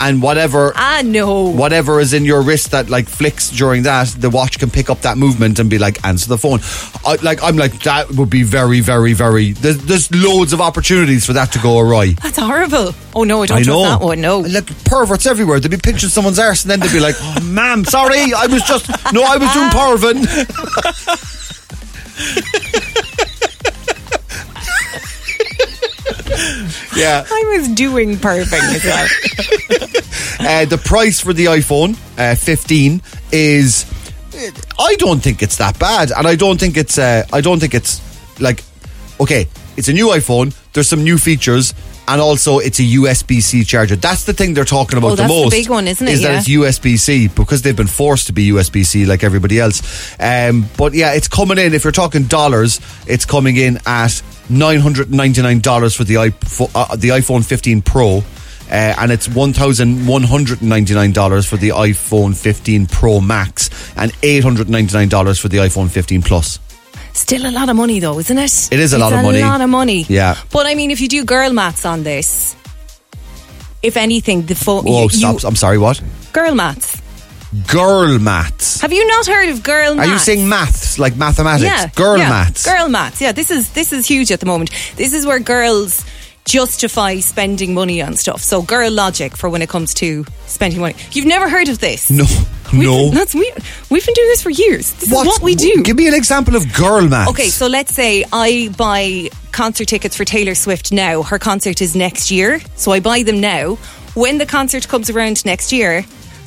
Speaker 2: and whatever
Speaker 1: Ah, no.
Speaker 2: whatever is in your wrist that like flicks during that, the watch can pick up that movement and be like, answer the phone. I, like I'm like that would be very, very, very. There's, there's loads of opportunities for that to go awry.
Speaker 1: That's horrible. Oh, no, I don't trust that one. No.
Speaker 2: Like perverts everywhere. They'd be pinching someone's arse and then they'd be like, oh, ma'am, sorry, I was just no, I was doing
Speaker 1: Ah. [laughs]
Speaker 2: pervin. yeah.
Speaker 6: I was doing perfect as well.
Speaker 2: [laughs] Uh, the price for the iPhone uh, 15 is, I don't think it's that bad, and I don't think it's, uh, I don't think it's like, okay, it's a new iPhone. There's some new features, and also it's a USB-C charger. That's the thing they're talking about
Speaker 1: Oh,
Speaker 2: the
Speaker 1: that's the
Speaker 2: most.
Speaker 1: big one, isn't it?
Speaker 2: Is that
Speaker 1: Yeah.
Speaker 2: it's USB-C because they've been forced to be USB-C like everybody else. Um, but yeah, it's coming in. If you're talking dollars, it's coming in at nine hundred ninety-nine dollars for the iPhone, uh, the iPhone 15 Pro, uh, and it's one thousand one hundred ninety-nine dollars for the iPhone 15 Pro Max, and eight hundred ninety-nine dollars for the iPhone 15 Plus.
Speaker 1: Still a lot of money, though, isn't it?
Speaker 2: It is a
Speaker 1: It's
Speaker 2: lot of money.
Speaker 1: A lot of money.
Speaker 2: Yeah.
Speaker 1: But I mean, if you do girl maths on this, if anything, the phone.
Speaker 2: Whoa,
Speaker 1: you-
Speaker 2: Oh, stop!
Speaker 1: you-
Speaker 2: I'm sorry. What?
Speaker 1: girl maths.
Speaker 2: Girl maths.
Speaker 1: Have you not heard of girl
Speaker 2: Are
Speaker 1: maths?
Speaker 2: you saying maths like mathematics?
Speaker 1: Yeah,
Speaker 2: Girl
Speaker 1: yeah.
Speaker 2: maths.
Speaker 1: Girl maths. Yeah, this is this is huge at the moment. This is where girls justify spending money on stuff. So girl logic for when it comes to spending money. You've never heard of this?
Speaker 2: no,
Speaker 1: We've-
Speaker 2: no.
Speaker 1: That's weird. We've been doing this for years. This is what we do.
Speaker 2: Give me an example of girl maths.
Speaker 1: Okay, so let's say I buy concert tickets for Taylor Swift now. Her concert is next year, so I buy them now. When the concert comes around next year,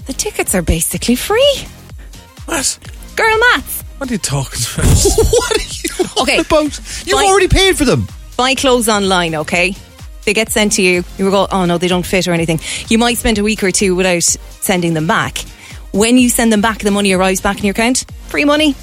Speaker 1: the tickets are basically free.
Speaker 3: What?
Speaker 1: Girl maths.
Speaker 3: What are you talking about?
Speaker 2: [laughs] what are you on
Speaker 1: Okay,
Speaker 2: about? You've
Speaker 1: fine.
Speaker 2: already paid for them.
Speaker 1: Buy clothes online, okay? They get sent to you. You go, oh no, they don't fit or anything. You might spend a week or two without sending them back. When you send them back, the money arrives back in your account. Free money.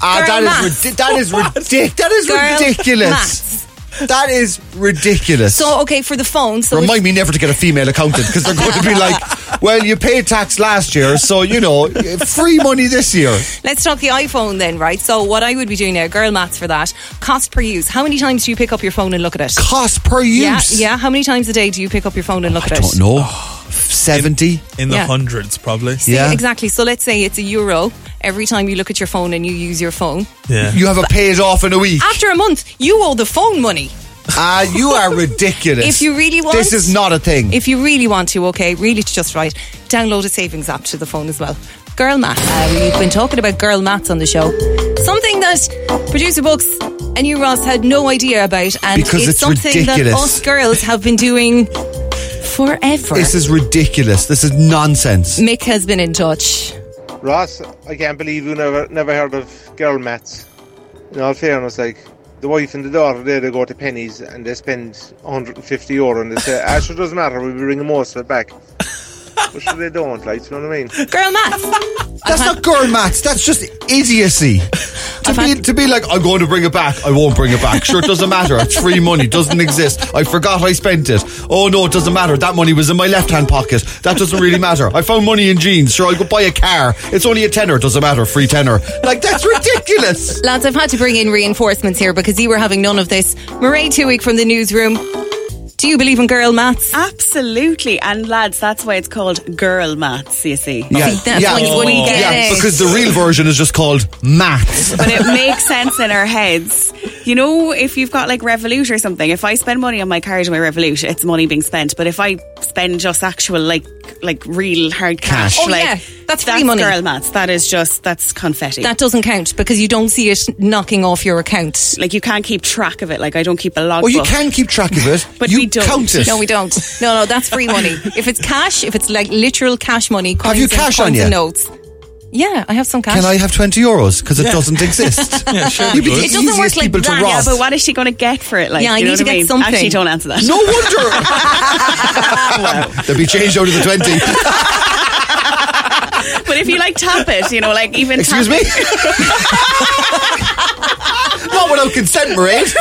Speaker 2: Ah,
Speaker 1: Girl
Speaker 2: that
Speaker 1: maths.
Speaker 2: is ridi- that is ridiculous. That is
Speaker 1: Girl
Speaker 2: ridiculous.
Speaker 1: maths.
Speaker 2: That is ridiculous.
Speaker 1: So, okay, for the phone. So it's-
Speaker 2: Remind me never to get a female accountant because they're going to be like, well, you paid tax last year, so you know, free money this year.
Speaker 1: Let's talk the iPhone then, right? So what I would be doing now, girl maths for that, cost per use. How many times do you pick up your phone and look at it?
Speaker 2: Cost per
Speaker 1: Yeah,
Speaker 2: use. Oh,
Speaker 1: yeah. How many times a day do you pick up your phone and look at
Speaker 2: I
Speaker 1: it?
Speaker 2: don't know.
Speaker 3: Oh.
Speaker 2: Seventy.
Speaker 3: In the
Speaker 1: Yeah.
Speaker 3: hundreds, probably.
Speaker 1: See,
Speaker 2: Yeah.
Speaker 1: exactly. So let's say it's a euro every time you look at your phone and you use your phone.
Speaker 3: Yeah.
Speaker 2: You have a paid off in a week.
Speaker 1: After a month, you owe the phone money.
Speaker 2: Ah, you are ridiculous.
Speaker 1: If you really want-
Speaker 2: this is not a thing.
Speaker 1: If you really want to, okay, really it's just right, download a savings app to the phone as well. Girl Maths. Uh, we've been talking about Girl Maths on the show. Something that producer Books and you, Ross, had no idea about. And
Speaker 2: Because it's
Speaker 1: something that
Speaker 2: ridiculous.
Speaker 1: us girls have been doing forever.
Speaker 2: this is ridiculous. This is nonsense.
Speaker 1: Mick has been in touch.
Speaker 7: Ross, I can't believe you never never heard of girl mats. In all fairness, like the wife and the daughter there, they go to pennies and they spend 150 euro and they say, "Ah, sure doesn't matter. We'll be bringing most of it back." But sure they don't, like, do you know what I mean?
Speaker 1: Girl
Speaker 2: [laughs]
Speaker 1: Maths.
Speaker 2: That's not girl maths. That's just
Speaker 1: [laughs]
Speaker 2: idiocy. To
Speaker 1: I've
Speaker 2: be,
Speaker 1: had-
Speaker 2: to be like, I'm going to bring it back. I won't bring it back. Sure, it doesn't matter. It's free money. Doesn't exist. I forgot I spent it. Oh no, it doesn't matter. That money was in my left hand pocket. That doesn't really matter. I found money in jeans. Sure, I'll go buy a car. It's only a tenner. Doesn't matter. Free tenner. Like that's
Speaker 1: [laughs]
Speaker 2: ridiculous.
Speaker 1: Lads, I've had to bring in reinforcements here because you were having none of this. Mairead Tuig from the newsroom. Do you believe in girl maths?
Speaker 8: Absolutely. And lads, that's why it's called girl maths, you see.
Speaker 1: See, that's
Speaker 2: yeah,
Speaker 1: what you wouldn't get
Speaker 2: yeah.
Speaker 1: it.
Speaker 2: Because the real version is just called maths.
Speaker 8: But it makes sense in our heads. You know, if you've got like Revolut or something, if I spend money on my card or my Revolut, it's money being spent. But if I spend just actual like like real hard cash,
Speaker 1: Cash. Oh,
Speaker 8: like
Speaker 1: yeah. That's free money.
Speaker 8: girl maths. That is just that's confetti.
Speaker 1: That doesn't count because you don't see it knocking off your account.
Speaker 8: like you can't keep track of it. Like I don't keep a logbook.
Speaker 2: Well, you can keep track of it.
Speaker 8: But
Speaker 2: you
Speaker 8: we don't.
Speaker 2: count it.
Speaker 1: No, we don't. No, no, that's free money. If it's cash, if it's like literal cash money, coins
Speaker 2: you
Speaker 1: and-
Speaker 2: cash
Speaker 1: coins
Speaker 2: on you?
Speaker 1: and notes. Yeah, I have some cash.
Speaker 2: Can I have 20 euros? Because it
Speaker 1: [laughs]
Speaker 2: doesn't exist. yeah,
Speaker 3: sure
Speaker 2: You'd be
Speaker 3: it
Speaker 2: the [laughs]
Speaker 3: does. It
Speaker 1: doesn't
Speaker 2: easiest
Speaker 1: work like
Speaker 2: people
Speaker 1: that.
Speaker 2: to rob.
Speaker 1: Yeah,
Speaker 8: But what is she going to get for it? Like,
Speaker 1: Yeah, I
Speaker 8: you know
Speaker 1: need to
Speaker 8: what
Speaker 1: get
Speaker 8: mean?
Speaker 1: something.
Speaker 8: Actually, don't answer that.
Speaker 2: No
Speaker 1: [laughs]
Speaker 2: wonder. They'll be changed out of the 20.
Speaker 8: [laughs] But if you like tap it, you know, like even
Speaker 2: Excuse
Speaker 8: tap
Speaker 2: me? Not without consent, Mairead.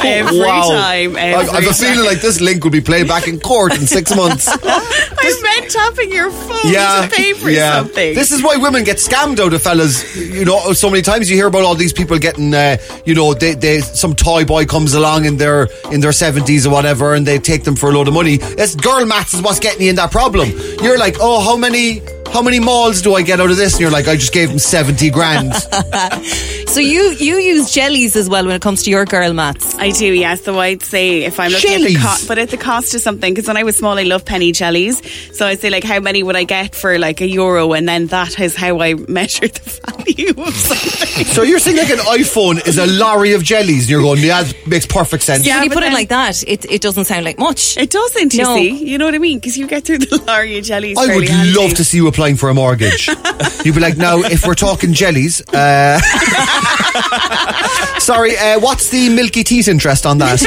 Speaker 8: every
Speaker 2: wow.
Speaker 8: time.
Speaker 2: I, I have
Speaker 8: every
Speaker 2: a feeling like this link will be played back in court in six months.
Speaker 8: I meant tapping your phone to pay for something.
Speaker 2: This is why women get scammed out of fellas. You know, so many times you hear about all these people getting, uh, you know, they, they some toy boy comes along in their in their seventies or whatever, and they take them for a load of money. It's girl maths is what's getting you in that problem. You're like, oh, how many? How many malls do I get out of this? And you're like, I just gave them 70
Speaker 8: [laughs]
Speaker 2: grand.
Speaker 1: So you you use jellies as well when it comes to your girl mats.
Speaker 8: I do, yes. So I'd say if I'm looking
Speaker 2: Jellies.
Speaker 8: at the cost, but at the cost of something, because when I was small, I loved penny jellies. So I'd say, like, how many would I get for like a euro? And then that is how I [laughs] measure the value of something. [laughs]
Speaker 2: so you're saying like an iPhone is a lorry of jellies. And you're going, yeah, that makes perfect sense.
Speaker 8: Yeah,
Speaker 1: when you
Speaker 8: but
Speaker 1: put it
Speaker 8: then-
Speaker 1: like that, it, it doesn't sound like much.
Speaker 8: It doesn't, you
Speaker 1: No.
Speaker 8: see? You know what I mean? Because you get through the [laughs] lorry of jellies.
Speaker 2: I
Speaker 8: fairly
Speaker 2: would
Speaker 8: handy.
Speaker 2: love to see you applying for a mortgage. You'd be like, now, if we're talking jellies, uh, [laughs] sorry, uh, what's the milky teas interest on that?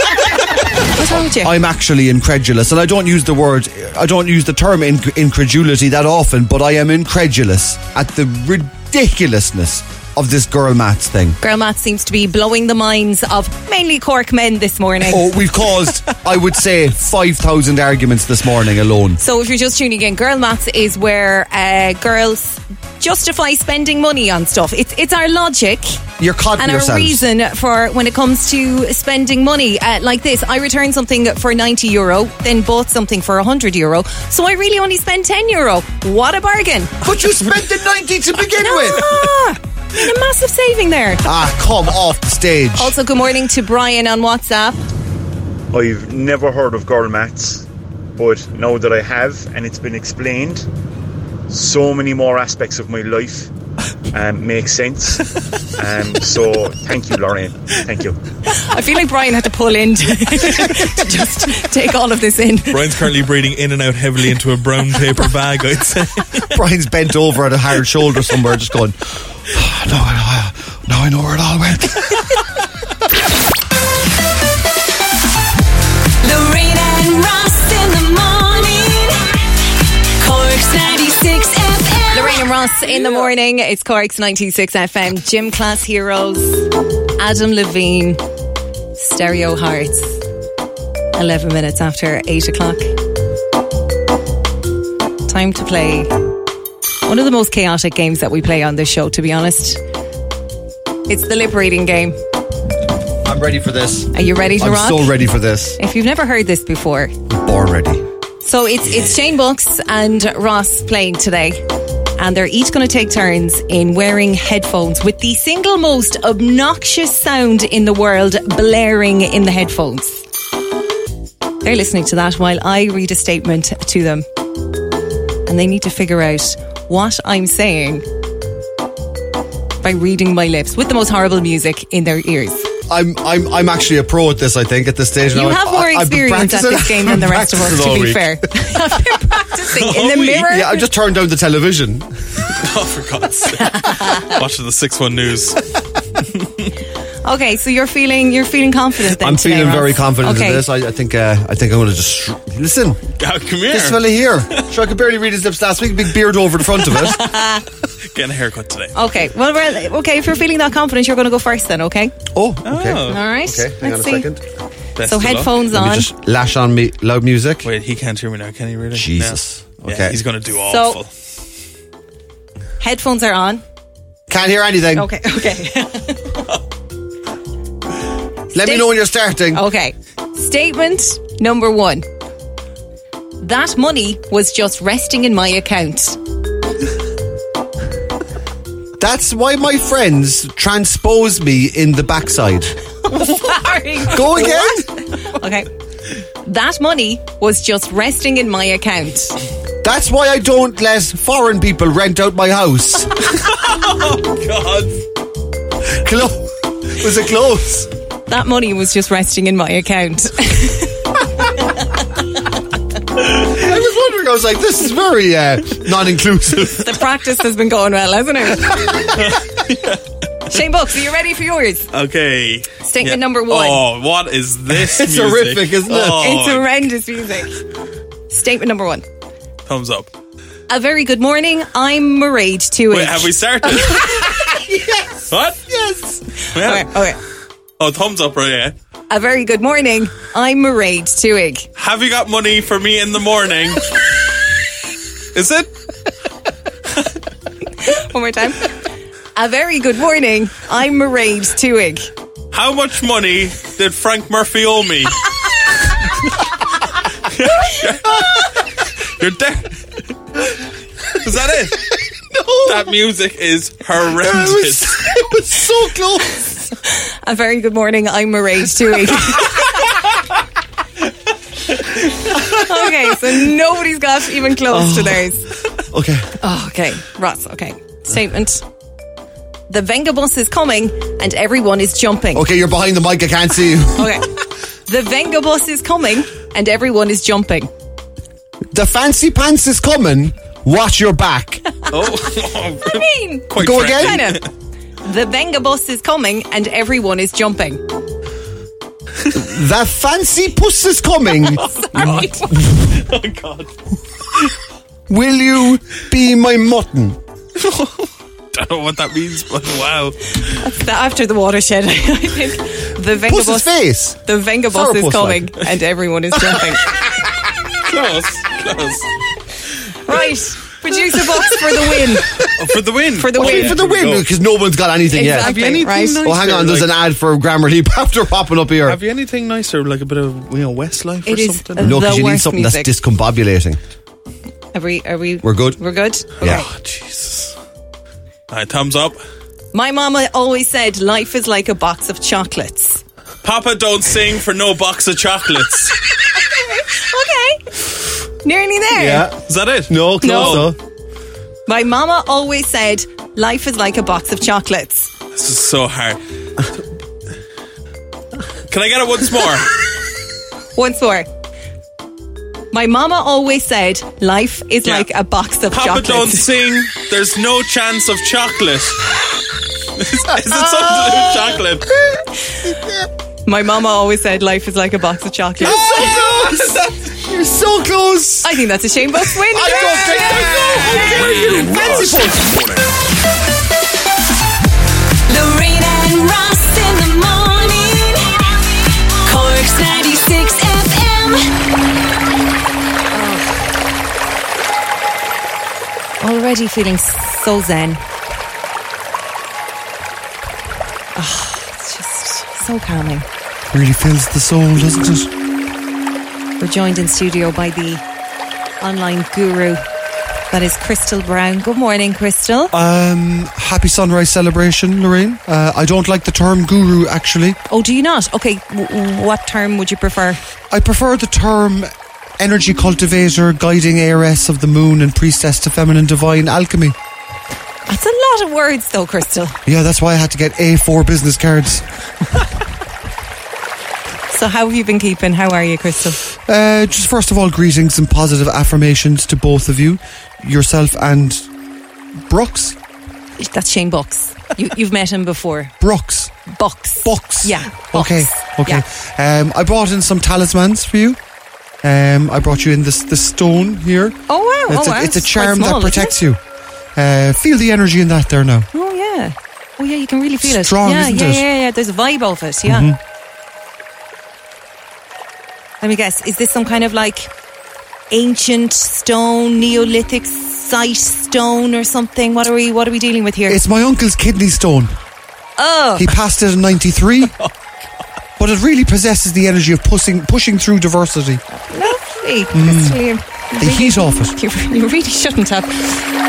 Speaker 1: What's wrong with you?
Speaker 2: I'm actually incredulous, and I don't use the word, I don't use the term inc- incredulity that often, but I am incredulous at the ridiculousness of this girl maths thing.
Speaker 1: girl mat seems to be blowing the minds of mainly Cork men this morning.
Speaker 2: Oh, we've caused, I would say, 5,000 arguments this morning alone.
Speaker 1: So if you're just tuning in, girl maths is where uh, girls justify spending money on stuff. It's it's our logic
Speaker 2: You're caught
Speaker 1: and
Speaker 2: yourselves.
Speaker 1: our reason for when it comes to spending money. Uh, like this, I returned something for 90 euro, then bought something for 100 euro. So I really only spent 10 euro. What a bargain!
Speaker 2: But you spent the 90 to begin
Speaker 1: [laughs]
Speaker 2: with.
Speaker 1: Ah, a massive saving there.
Speaker 2: Ah, come off the stage.
Speaker 1: Also, good morning to Brian on WhatsApp.
Speaker 9: I've never heard of girl mats, but now that I have and it's been explained, so many more aspects of my life um, make sense. Um, so thank you, Lorraine. Thank you.
Speaker 1: I feel like Brian had to pull in to, [laughs] to just take all of this in.
Speaker 3: Brian's currently breathing in and out heavily into a brown paper bag, I'd say.
Speaker 2: [laughs] Brian's bent over at a hard shoulder somewhere, just going, "Ah, no, I- I- now I know where it all went.
Speaker 5: Lorraine and Ross in the morning. Cork's 96 FM.
Speaker 1: Lorraine and Ross in the morning. It's Cork's 96 FM. Gym Class Heroes. Adam Levine. Stereo Hearts. 11 minutes after 8 o'clock. Time to play one of the most chaotic games that we play on this show, to be honest. It's the lip reading game.
Speaker 2: [laughs] I'm ready for this.
Speaker 1: Are you ready to
Speaker 2: I'm
Speaker 1: rock?
Speaker 2: so ready for this.
Speaker 1: if you've never heard this before,
Speaker 2: Born ready.
Speaker 1: So it's it's Shane Bucks and Ross playing today. And they're each going to take turns in wearing headphones with the single most obnoxious sound in the world blaring in the headphones. They're listening to that while I read a statement to them. And they need to figure out what I'm saying by reading my lips with the most horrible music in their ears.
Speaker 2: I'm, I'm, I'm actually a pro at this. I think at this stage.
Speaker 1: You
Speaker 2: now.
Speaker 1: have more
Speaker 2: I- I've been
Speaker 1: experience at
Speaker 2: practicing-
Speaker 1: this game than the rest
Speaker 2: [laughs]
Speaker 1: of us,
Speaker 2: practicing
Speaker 1: to
Speaker 2: all
Speaker 1: be
Speaker 2: week.
Speaker 1: fair. [laughs] I've been practicing
Speaker 2: [laughs]
Speaker 1: in the
Speaker 3: All week?
Speaker 1: mirror.
Speaker 2: Yeah, I just turned down the television.
Speaker 3: [laughs] Oh, for God's sake. [laughs] Oh, Watch the 6 1 news.
Speaker 1: Okay, so you're feeling you're feeling confident. Then
Speaker 2: I'm
Speaker 1: today,
Speaker 2: feeling
Speaker 1: Ross.
Speaker 2: very confident
Speaker 1: Okay.
Speaker 2: in this. I, I think, uh, I think I'm going to just listen.
Speaker 3: Oh, come here.
Speaker 2: This fella here, sure, I could barely read his lips last week. Big beard over the front of
Speaker 1: [laughs]
Speaker 2: it.
Speaker 3: Getting a haircut today.
Speaker 1: Okay, well, we're, okay. If you're feeling that confident, you're going to go first then. Okay.
Speaker 2: Oh, okay.
Speaker 3: Oh,
Speaker 1: All right.
Speaker 2: Okay, hang on a
Speaker 1: Let's see.
Speaker 2: second.
Speaker 3: best
Speaker 1: So
Speaker 3: of luck.
Speaker 1: headphones
Speaker 2: Let me
Speaker 1: on.
Speaker 2: just lash on me loud music.
Speaker 3: Wait, he can't hear me now, can he really?
Speaker 2: Jesus.
Speaker 3: No. Yeah,
Speaker 2: Okay.
Speaker 3: he's going to do
Speaker 1: So-
Speaker 3: awful.
Speaker 1: Headphones are on.
Speaker 2: Can't hear anything.
Speaker 1: Okay. [laughs] Okay.
Speaker 2: Let me know when you're starting.
Speaker 1: okay. Statement number one. That money was just resting in my account. [laughs]
Speaker 2: That's why my friends transpose me in the backside.
Speaker 1: Sorry.
Speaker 2: Go again?
Speaker 1: Okay. That money was just resting in my account.
Speaker 2: That's why I don't let foreign people rent out my house.
Speaker 1: [laughs]
Speaker 3: God.
Speaker 2: Clo- was it close?
Speaker 1: That money was just resting in my account.
Speaker 2: I was wondering. I was like, this is very uh,
Speaker 1: [laughs]
Speaker 2: non-inclusive.
Speaker 1: the practice has been going well, hasn't it?
Speaker 3: [laughs]
Speaker 1: Shane Bucks, are you ready for
Speaker 3: Oh,
Speaker 1: yours?
Speaker 3: Okay.
Speaker 1: Statement
Speaker 3: Yeah.
Speaker 1: number one.
Speaker 3: Oh, what is this?
Speaker 2: [laughs] It's
Speaker 3: music?
Speaker 2: horrific, isn't it?
Speaker 3: Oh,
Speaker 1: It's horrendous music. Statement number one.
Speaker 3: thumbs up.
Speaker 1: A very good morning. I'm married to it.
Speaker 3: Wait, have we started? yes. What?
Speaker 2: yes.
Speaker 3: Yeah.
Speaker 1: Okay, okay.
Speaker 3: Oh, thumbs up, right? Yeah.
Speaker 1: A very good morning. I'm Mairead Tuig.
Speaker 3: Have you got money for me in
Speaker 2: [laughs]
Speaker 3: the morning? Is it?
Speaker 1: One more time. A very good morning. I'm Mairead Tuig.
Speaker 3: How much money did Frank Murphy
Speaker 2: [laughs]
Speaker 3: owe me? You're dead. Is that it?
Speaker 2: [laughs]
Speaker 3: That music is horrendous.
Speaker 2: it was so close.
Speaker 1: A very good morning. I'm Mairead
Speaker 3: [laughs]
Speaker 1: Tuig. okay, so nobody's got even close
Speaker 3: Oh.
Speaker 1: to theirs.
Speaker 2: Okay.
Speaker 1: Oh, okay. Ross, okay. Statement. The Venga bus is coming and everyone is jumping.
Speaker 2: Okay, you're behind the mic. I can't
Speaker 1: [laughs]
Speaker 2: see you.
Speaker 1: Okay. the Venga bus is coming and everyone is jumping.
Speaker 2: The fancy pants is coming. Watch your back.
Speaker 3: Oh,
Speaker 1: I mean,
Speaker 3: quite
Speaker 2: Go
Speaker 3: frank.
Speaker 2: again?
Speaker 1: kind of. The Venga bus is coming and everyone is jumping.
Speaker 2: The fancy puss
Speaker 1: [laughs]
Speaker 2: is coming.
Speaker 3: Oh God!
Speaker 2: Will you be my mutton?
Speaker 3: Don't know what that means, but wow.
Speaker 1: The- after the watershed, [laughs] I think. The Venga
Speaker 2: Puss's
Speaker 1: bus,
Speaker 2: face.
Speaker 1: the Venga bus is
Speaker 2: Sourpuss,
Speaker 1: coming and everyone is
Speaker 2: [laughs]
Speaker 1: jumping.
Speaker 3: Close, close.
Speaker 1: right. Producer box for the win.
Speaker 3: Oh, for the win.
Speaker 1: For the
Speaker 2: Wait
Speaker 1: win.
Speaker 2: for the
Speaker 3: There we
Speaker 2: win
Speaker 3: go.
Speaker 2: because no one's got anything
Speaker 1: Exactly, right?
Speaker 2: yet. Well, Oh, hang on. There's an ad for Grammarly [laughs] after popping up here.
Speaker 3: Have you anything nicer, like a bit of you know Westlife
Speaker 1: It
Speaker 3: or
Speaker 1: is
Speaker 3: something?
Speaker 2: no, because
Speaker 1: The
Speaker 2: you need
Speaker 1: worst
Speaker 2: something
Speaker 1: music.
Speaker 2: that's discombobulating.
Speaker 1: Are we, are we,
Speaker 2: We're good.
Speaker 1: We're good?
Speaker 2: Yeah.
Speaker 1: Okay.
Speaker 3: Oh, Jesus! All right, thumbs up.
Speaker 1: My mama always said life is like a box of chocolates.
Speaker 3: Papa, don't sing for no box
Speaker 2: [laughs]
Speaker 3: of chocolates.
Speaker 1: Okay. Nearly there.
Speaker 3: Is that it?
Speaker 2: No,
Speaker 3: No.
Speaker 2: close though.
Speaker 1: My mama always said life is like a box of chocolates.
Speaker 3: This is so hard. Can I get it
Speaker 1: [laughs]
Speaker 3: once more?
Speaker 1: Once more. My mama always said life is
Speaker 3: Yeah.
Speaker 1: like a box of
Speaker 3: Papa,
Speaker 1: chocolates.
Speaker 3: don't sing. There's no chance of chocolate. [laughs] is, is it
Speaker 1: [laughs]
Speaker 3: something to do with chocolate?
Speaker 1: My mama always said life is like a box of chocolates.
Speaker 2: You're so close.
Speaker 1: I think that's a shame box win.
Speaker 2: I don't think I know. How dare you? Fancy puss.
Speaker 5: Lorraine and Ross in the morning. Corks 96 FM.
Speaker 1: Oh. Already feeling so zen. Ah, it's just so calming.
Speaker 2: Really fills the soul, doesn't it?
Speaker 1: We're joined in studio by the online guru that is Crystal Brown. Good morning, Crystal.
Speaker 2: Um, happy sunrise celebration, Lorraine. Uh, I don't like the term guru, actually.
Speaker 1: oh, do you not? Okay, w- w- what term would you prefer?
Speaker 2: I prefer the term energy cultivator, guiding heiress of the moon, and priestess to feminine divine alchemy.
Speaker 1: That's a lot of words, though, Crystal.
Speaker 2: Yeah, that's why I had to get A4 business cards.
Speaker 1: So, how have you been keeping? How are you, Crystal?
Speaker 2: Uh, just first of all, greetings and positive affirmations to both of you, yourself and Brooks.
Speaker 1: That's Shane Bucks. You, you've met him before.
Speaker 2: Brooks.
Speaker 1: Bucks.
Speaker 2: Box.
Speaker 1: Yeah. Bucks.
Speaker 2: Okay. Okay. Um, I brought in some talismans for you. Um, I brought you in this this stone here.
Speaker 1: Oh, wow.
Speaker 2: It's,
Speaker 1: oh,
Speaker 2: a,
Speaker 1: wow.
Speaker 2: it's a
Speaker 1: quite
Speaker 2: charm
Speaker 1: small,
Speaker 2: that
Speaker 1: isn't it?
Speaker 2: protects you. Uh, feel the energy in that there now.
Speaker 1: Oh yeah. Oh yeah, you can really feel it.
Speaker 2: Strong,
Speaker 1: yeah,
Speaker 2: isn't
Speaker 1: yeah,
Speaker 2: it? Mm-hmm.
Speaker 1: yeah, yeah. There's a vibe of it. Yeah. Let me guess. Is this some kind of like ancient stone, Neolithic site stone or something? What are we? What are we dealing with here?
Speaker 2: It's my uncle's kidney stone.
Speaker 1: oh, [laughs]
Speaker 2: He passed it in '93. But it really possesses the energy of pushing, pushing through diversity.
Speaker 1: lovely. Crystal, you-
Speaker 2: The heat off it.
Speaker 1: You, [laughs] you really shouldn't have.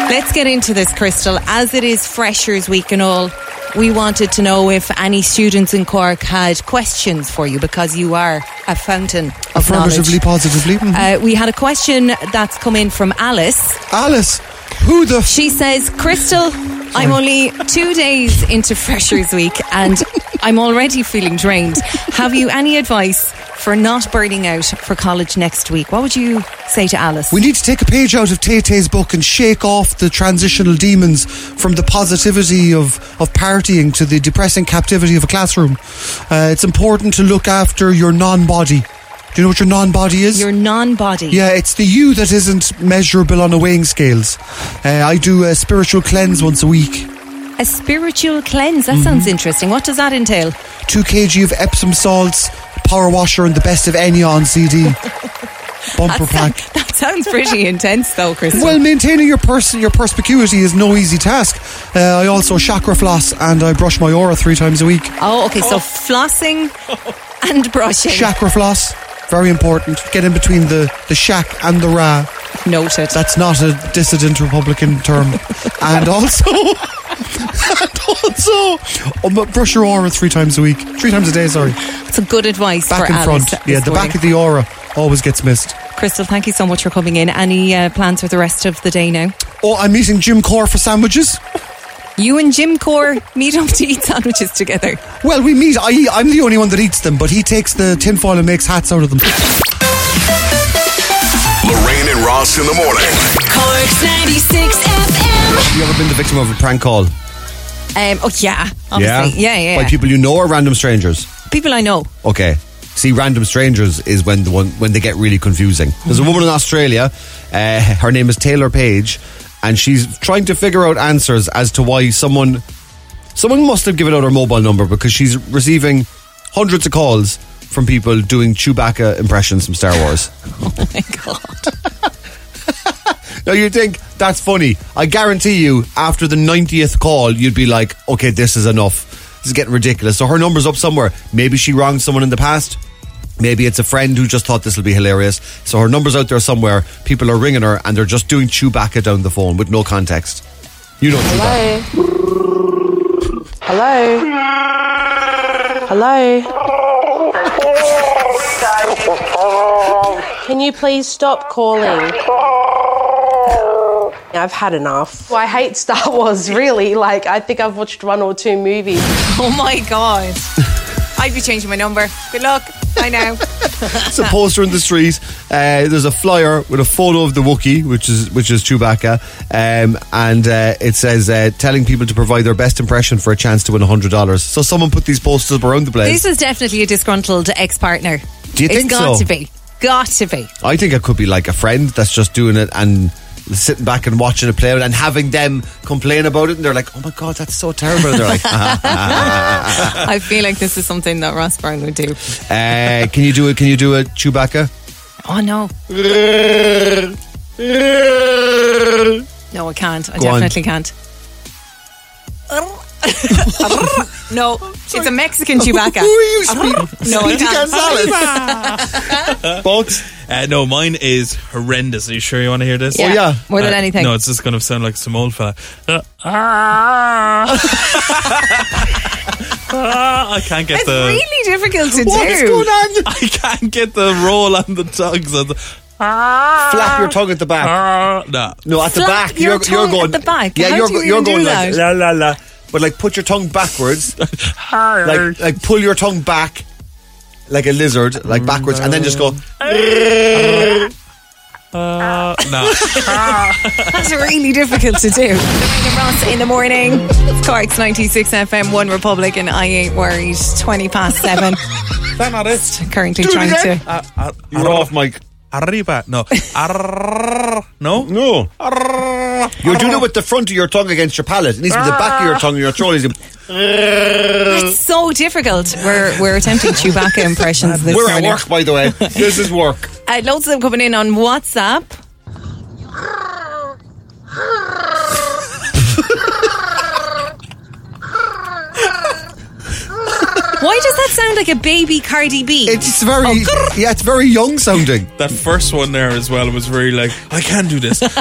Speaker 1: Let's get into this, Crystal. As it is Freshers Week and all, we wanted to know if any students in Cork had questions for you because you are a fountain of knowledge.
Speaker 2: Affirmatively, positively. Mhm.
Speaker 1: Uh, we had a question that's come in from Alice.
Speaker 2: Alice, who the f-
Speaker 1: She says, Crystal, I'm only two days into Freshers Week and I'm already feeling drained. Have you any advice for not burning out for college next week? What would you say to Alice?
Speaker 2: We need to take a page out of Tay Tay's book and shake off the transitional demons from the positivity of, of partying to the depressing captivity of a classroom. Uh, it's important to look after your non body. Do you know what your non body is?
Speaker 1: Your non body.
Speaker 2: yeah, it's the you that isn't measurable on a weighing scales. Uh, I do a spiritual cleanse once a week.
Speaker 1: A
Speaker 2: Mm-hmm. [laughs]
Speaker 1: spiritual cleanse. That sounds interesting. What does that entail?
Speaker 2: 2 kg of Epsom salts, Power Washer and the Best of Any on CD. Bumper pack.
Speaker 1: That sounds pretty intense, though, Chris.
Speaker 2: Well, maintaining your pers- your perspicuity is no easy task. Uh, I also chakra floss and I brush my aura three times a week.
Speaker 1: oh, okay. So
Speaker 2: [laughs]
Speaker 1: flossing and brushing.
Speaker 2: Chakra floss, very important. Get in between the the shack and the ra.
Speaker 1: Noted.
Speaker 2: That's not a dissident Republican
Speaker 1: [laughs]
Speaker 2: term. and also, [laughs] and also, um, brush your aura three times a week, three times a day. Sorry,
Speaker 1: That's a good advice
Speaker 2: back
Speaker 1: for
Speaker 2: and
Speaker 1: Alice
Speaker 2: front.
Speaker 1: this
Speaker 2: Yeah, the
Speaker 1: morning.
Speaker 2: back of the aura always gets missed.
Speaker 1: Crystal, thank you so much for coming in. Any uh, plans for the rest of the day now?
Speaker 2: Oh, I'm meeting Jim Core for sandwiches.
Speaker 1: You and Jim Core meet up to eat sandwiches together.
Speaker 2: Well, we meet. I, eat- I'm the only one that eats them, but he takes the tinfoil and makes hats out of them.
Speaker 10: Lorraine and Ross in the morning.
Speaker 5: Cork's 96 FM.
Speaker 2: You ever been the victim of a prank call?
Speaker 1: Um, oh yeah, obviously, yeah, yeah. yeah.
Speaker 2: By people you know or random strangers?
Speaker 1: people I know.
Speaker 2: Okay. See, random strangers is when the one when they get really confusing. There's a woman in Australia. Uh, her name is Taylor Page, and she's trying to figure out answers as to why someone someone must have given out her mobile number because she's receiving hundreds of calls from people doing Chewbacca impressions from Star Wars.
Speaker 1: Oh my god.
Speaker 2: Now you think that's funny. I guarantee you, after the 90th call, you'd be like, okay, this is enough. This is getting ridiculous. So her number's up somewhere. Maybe she wronged someone in the past. Maybe it's a friend who just thought this will be hilarious. So her number's out there somewhere. People are ringing her and they're just doing Chewbacca down the phone with no context. You know Chewbacca.
Speaker 11: Hello. Hello. Can you please stop calling? I've had enough. I hate Star Wars, really. Like, I think I've watched one or two movies.
Speaker 1: Oh my god. I'd be changing my number. Good luck. I know.
Speaker 2: It's a poster in the street. Uh, there's a flyer with a photo of the Wookiee, which is which is Chewbacca, um, and uh, it says uh, telling people to provide their best impression for a chance to win hundred dollars. So someone put these posters up around the place.
Speaker 1: [laughs] This is definitely a disgruntled ex-partner.
Speaker 2: Do you think
Speaker 1: it's got
Speaker 2: so?
Speaker 1: to be? Got to be.
Speaker 2: I think it could be like a friend that's just doing it and sitting back and watching it play out and having them complain about it, and they're like, "Oh my god, that's so terrible." And they're like, "Uh-huh."
Speaker 1: [laughs] I feel like this is something that Ross Brown would do.
Speaker 2: uh, "Can you do it? Can you do it, Chewbacca?"
Speaker 1: Oh no. No, I can't. I
Speaker 2: Go on.
Speaker 1: definitely can't. [laughs] no, it's a Mexican
Speaker 2: [laughs]
Speaker 1: Chewbacca.
Speaker 2: Who are you speaking?
Speaker 1: No, I can't.
Speaker 2: Both.
Speaker 3: Uh, no, mine is horrendous. Are you sure you want to hear this?
Speaker 2: Oh, yeah.
Speaker 1: More than
Speaker 3: Uh,
Speaker 1: anything.
Speaker 3: No, it's just going to sound like some old fella. Uh, ah. I can't get
Speaker 1: it's
Speaker 3: the
Speaker 1: really difficult to
Speaker 2: [laughs] What
Speaker 1: do.
Speaker 2: is going on?
Speaker 3: [laughs] I can't get the roll on the tongues. On the,
Speaker 2: Flap your tongue at the back.
Speaker 3: ah, no.
Speaker 2: No, at the
Speaker 1: Ah. Flap
Speaker 2: back.
Speaker 1: your
Speaker 2: you're, you're
Speaker 1: tongue
Speaker 2: going
Speaker 1: at the back.
Speaker 2: Yeah,
Speaker 1: How
Speaker 2: you're
Speaker 1: do you
Speaker 2: you're
Speaker 1: even
Speaker 2: going
Speaker 1: do
Speaker 2: like la la la, but like put your tongue [laughs] backwards, like like pull your tongue back, like a lizard, like backwards, and then just go.
Speaker 3: no.
Speaker 1: That's really difficult to
Speaker 2: [laughs]
Speaker 1: do. Lorraine and Ross in the morning. It's Cork's 96 FM, One Republic, and I ain't worried. 20 past
Speaker 2: [laughs]
Speaker 1: 7.
Speaker 3: That's not it.
Speaker 1: Currently trying
Speaker 2: again.
Speaker 1: to.
Speaker 3: Uh, uh,
Speaker 2: You're off, Mike.
Speaker 3: Arriba. No. Arr, no.
Speaker 2: No,
Speaker 3: Arr.
Speaker 2: you're doing it with the front of your tongue against your palate. It needs to be the back of your tongue and your throat. Is
Speaker 1: It's so difficult. We're, we're attempting
Speaker 2: [laughs]
Speaker 1: Chewbacca impressions this
Speaker 2: We're at
Speaker 1: morning.
Speaker 2: work, by the [laughs] way. This is work.
Speaker 1: Uh, loads of them coming in on
Speaker 2: [laughs]
Speaker 1: WhatsApp. Why does that sound like a baby Cardi B?
Speaker 2: It's very yeah, it's very young sounding.
Speaker 3: That first one there as well was very like, I can do this. [laughs]
Speaker 1: right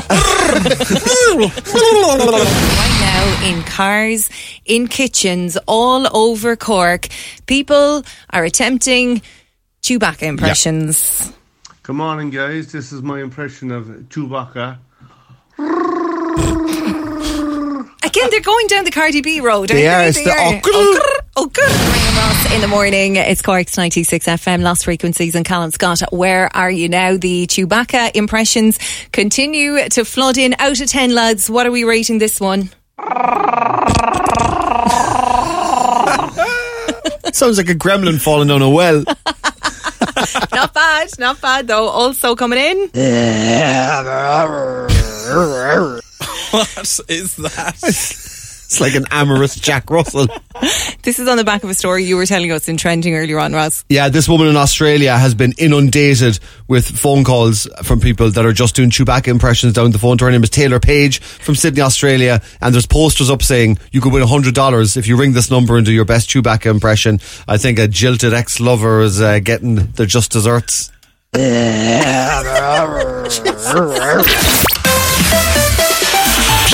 Speaker 1: now in cars, in kitchens, all over Cork. People are attempting Chewbacca impressions.
Speaker 7: Come on, guys. This is my impression of Chewbacca.
Speaker 1: Again, they're going down the Cardi B road. aren't
Speaker 2: They are, it's
Speaker 1: They
Speaker 2: the
Speaker 1: are.
Speaker 2: awkward-
Speaker 1: Awkward, awkward. Graham Ross In the morning, it's Cork's 96 FM, Lost Frequencies, and Colin Scott. Where are you now? The Chewbacca impressions continue to flood in. Out of 10, lads, what are we rating this
Speaker 2: [laughs]
Speaker 1: one?
Speaker 2: Sounds like a gremlin falling down a well.
Speaker 1: Not bad, not bad though. Also coming in.
Speaker 3: what is that?
Speaker 2: It's like an amorous Jack Russell.
Speaker 12: This is on the back of a story you were telling us in trending earlier on, Ross.
Speaker 2: Yeah, this woman in Australia has been inundated with phone calls from people that are just doing Chewbacca impressions down the phone. to Her Her name is Taylor Page from Sydney, Australia, and there's posters up saying you could win hundred dollars if you ring this number and do your best Chewbacca impression. I think a jilted ex-lover is uh, getting their just desserts.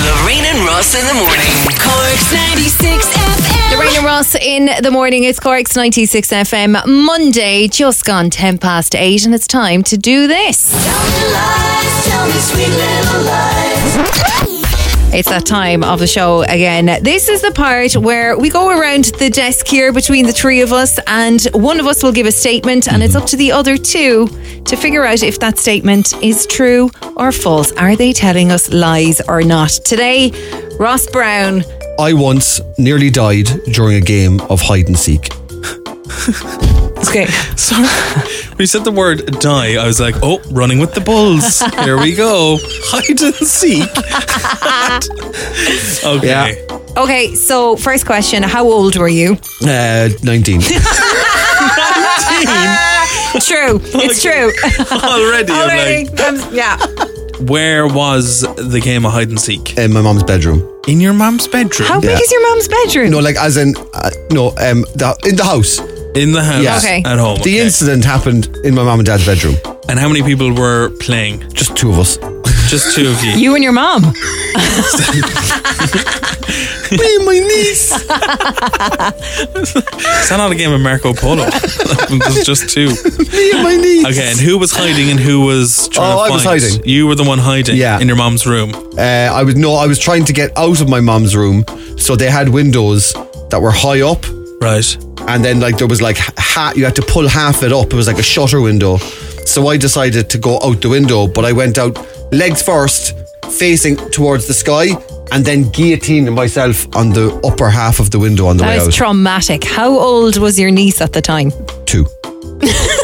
Speaker 1: Lorraine and Ross in the morning.
Speaker 5: Corks 96 FM.
Speaker 1: Lorraine and Ross in the morning. It's Cork's 96 FM. Monday, just gone 10 past 8, and it's time to do this.
Speaker 5: Tell me sweet little lies.
Speaker 1: It's that time of the show again. This is the part where we go around the desk here between the three of us, and one of us will give a statement, and it's up to the other two to figure out if that statement is true or false. Are they telling us lies or not? Today, Ross Brown.
Speaker 2: I once nearly died during a game of hide and seek.
Speaker 12: Okay.
Speaker 3: Sorry. When you said the word die, I was like, oh, running with the bulls. Here we
Speaker 2: [laughs]
Speaker 3: go. Hide and seek. okay.
Speaker 1: Okay, so first question How old were you?
Speaker 2: Uh, Nineteen.
Speaker 1: true. It's true.
Speaker 3: [laughs] Already, I'm
Speaker 1: Already. I'm- yeah.
Speaker 3: Where was the game of hide and seek?
Speaker 2: In my mom's bedroom.
Speaker 3: In your mom's bedroom?
Speaker 1: How big is your mom's bedroom?
Speaker 2: No, like as in uh, no, um, the, in the house.
Speaker 3: In the house.
Speaker 1: Okay.
Speaker 3: At home.
Speaker 2: The incident happened in my mom and dad's bedroom.
Speaker 3: And how many people were playing?
Speaker 2: Just two of us.
Speaker 3: Just
Speaker 2: [laughs]
Speaker 3: two of you.
Speaker 1: You and your
Speaker 2: Oh
Speaker 1: mom.
Speaker 2: Me and my niece.
Speaker 3: Is that not a game of Marco
Speaker 2: [laughs]
Speaker 3: Polo? [laughs] There's just two.
Speaker 2: Me and my niece.
Speaker 3: [laughs] Okay, and who was hiding and who was trying
Speaker 2: Oh,
Speaker 3: to
Speaker 2: I was
Speaker 3: find?
Speaker 2: hiding.
Speaker 3: You were the one hiding
Speaker 2: Yeah.
Speaker 3: in your mom's room.
Speaker 2: Uh, I was no, I was trying to get out of my mom's room, so they had windows that were high up,
Speaker 3: Right.
Speaker 2: and then like there was like ha- you had to pull half it up. It was like a shutter window, so I decided to go out the window, but I went out legs first, facing towards the sky, and then guillotined myself on the upper half of the window on the way
Speaker 1: That
Speaker 2: out.
Speaker 1: is traumatic. How old was your niece at the time? [laughs]
Speaker 2: Two.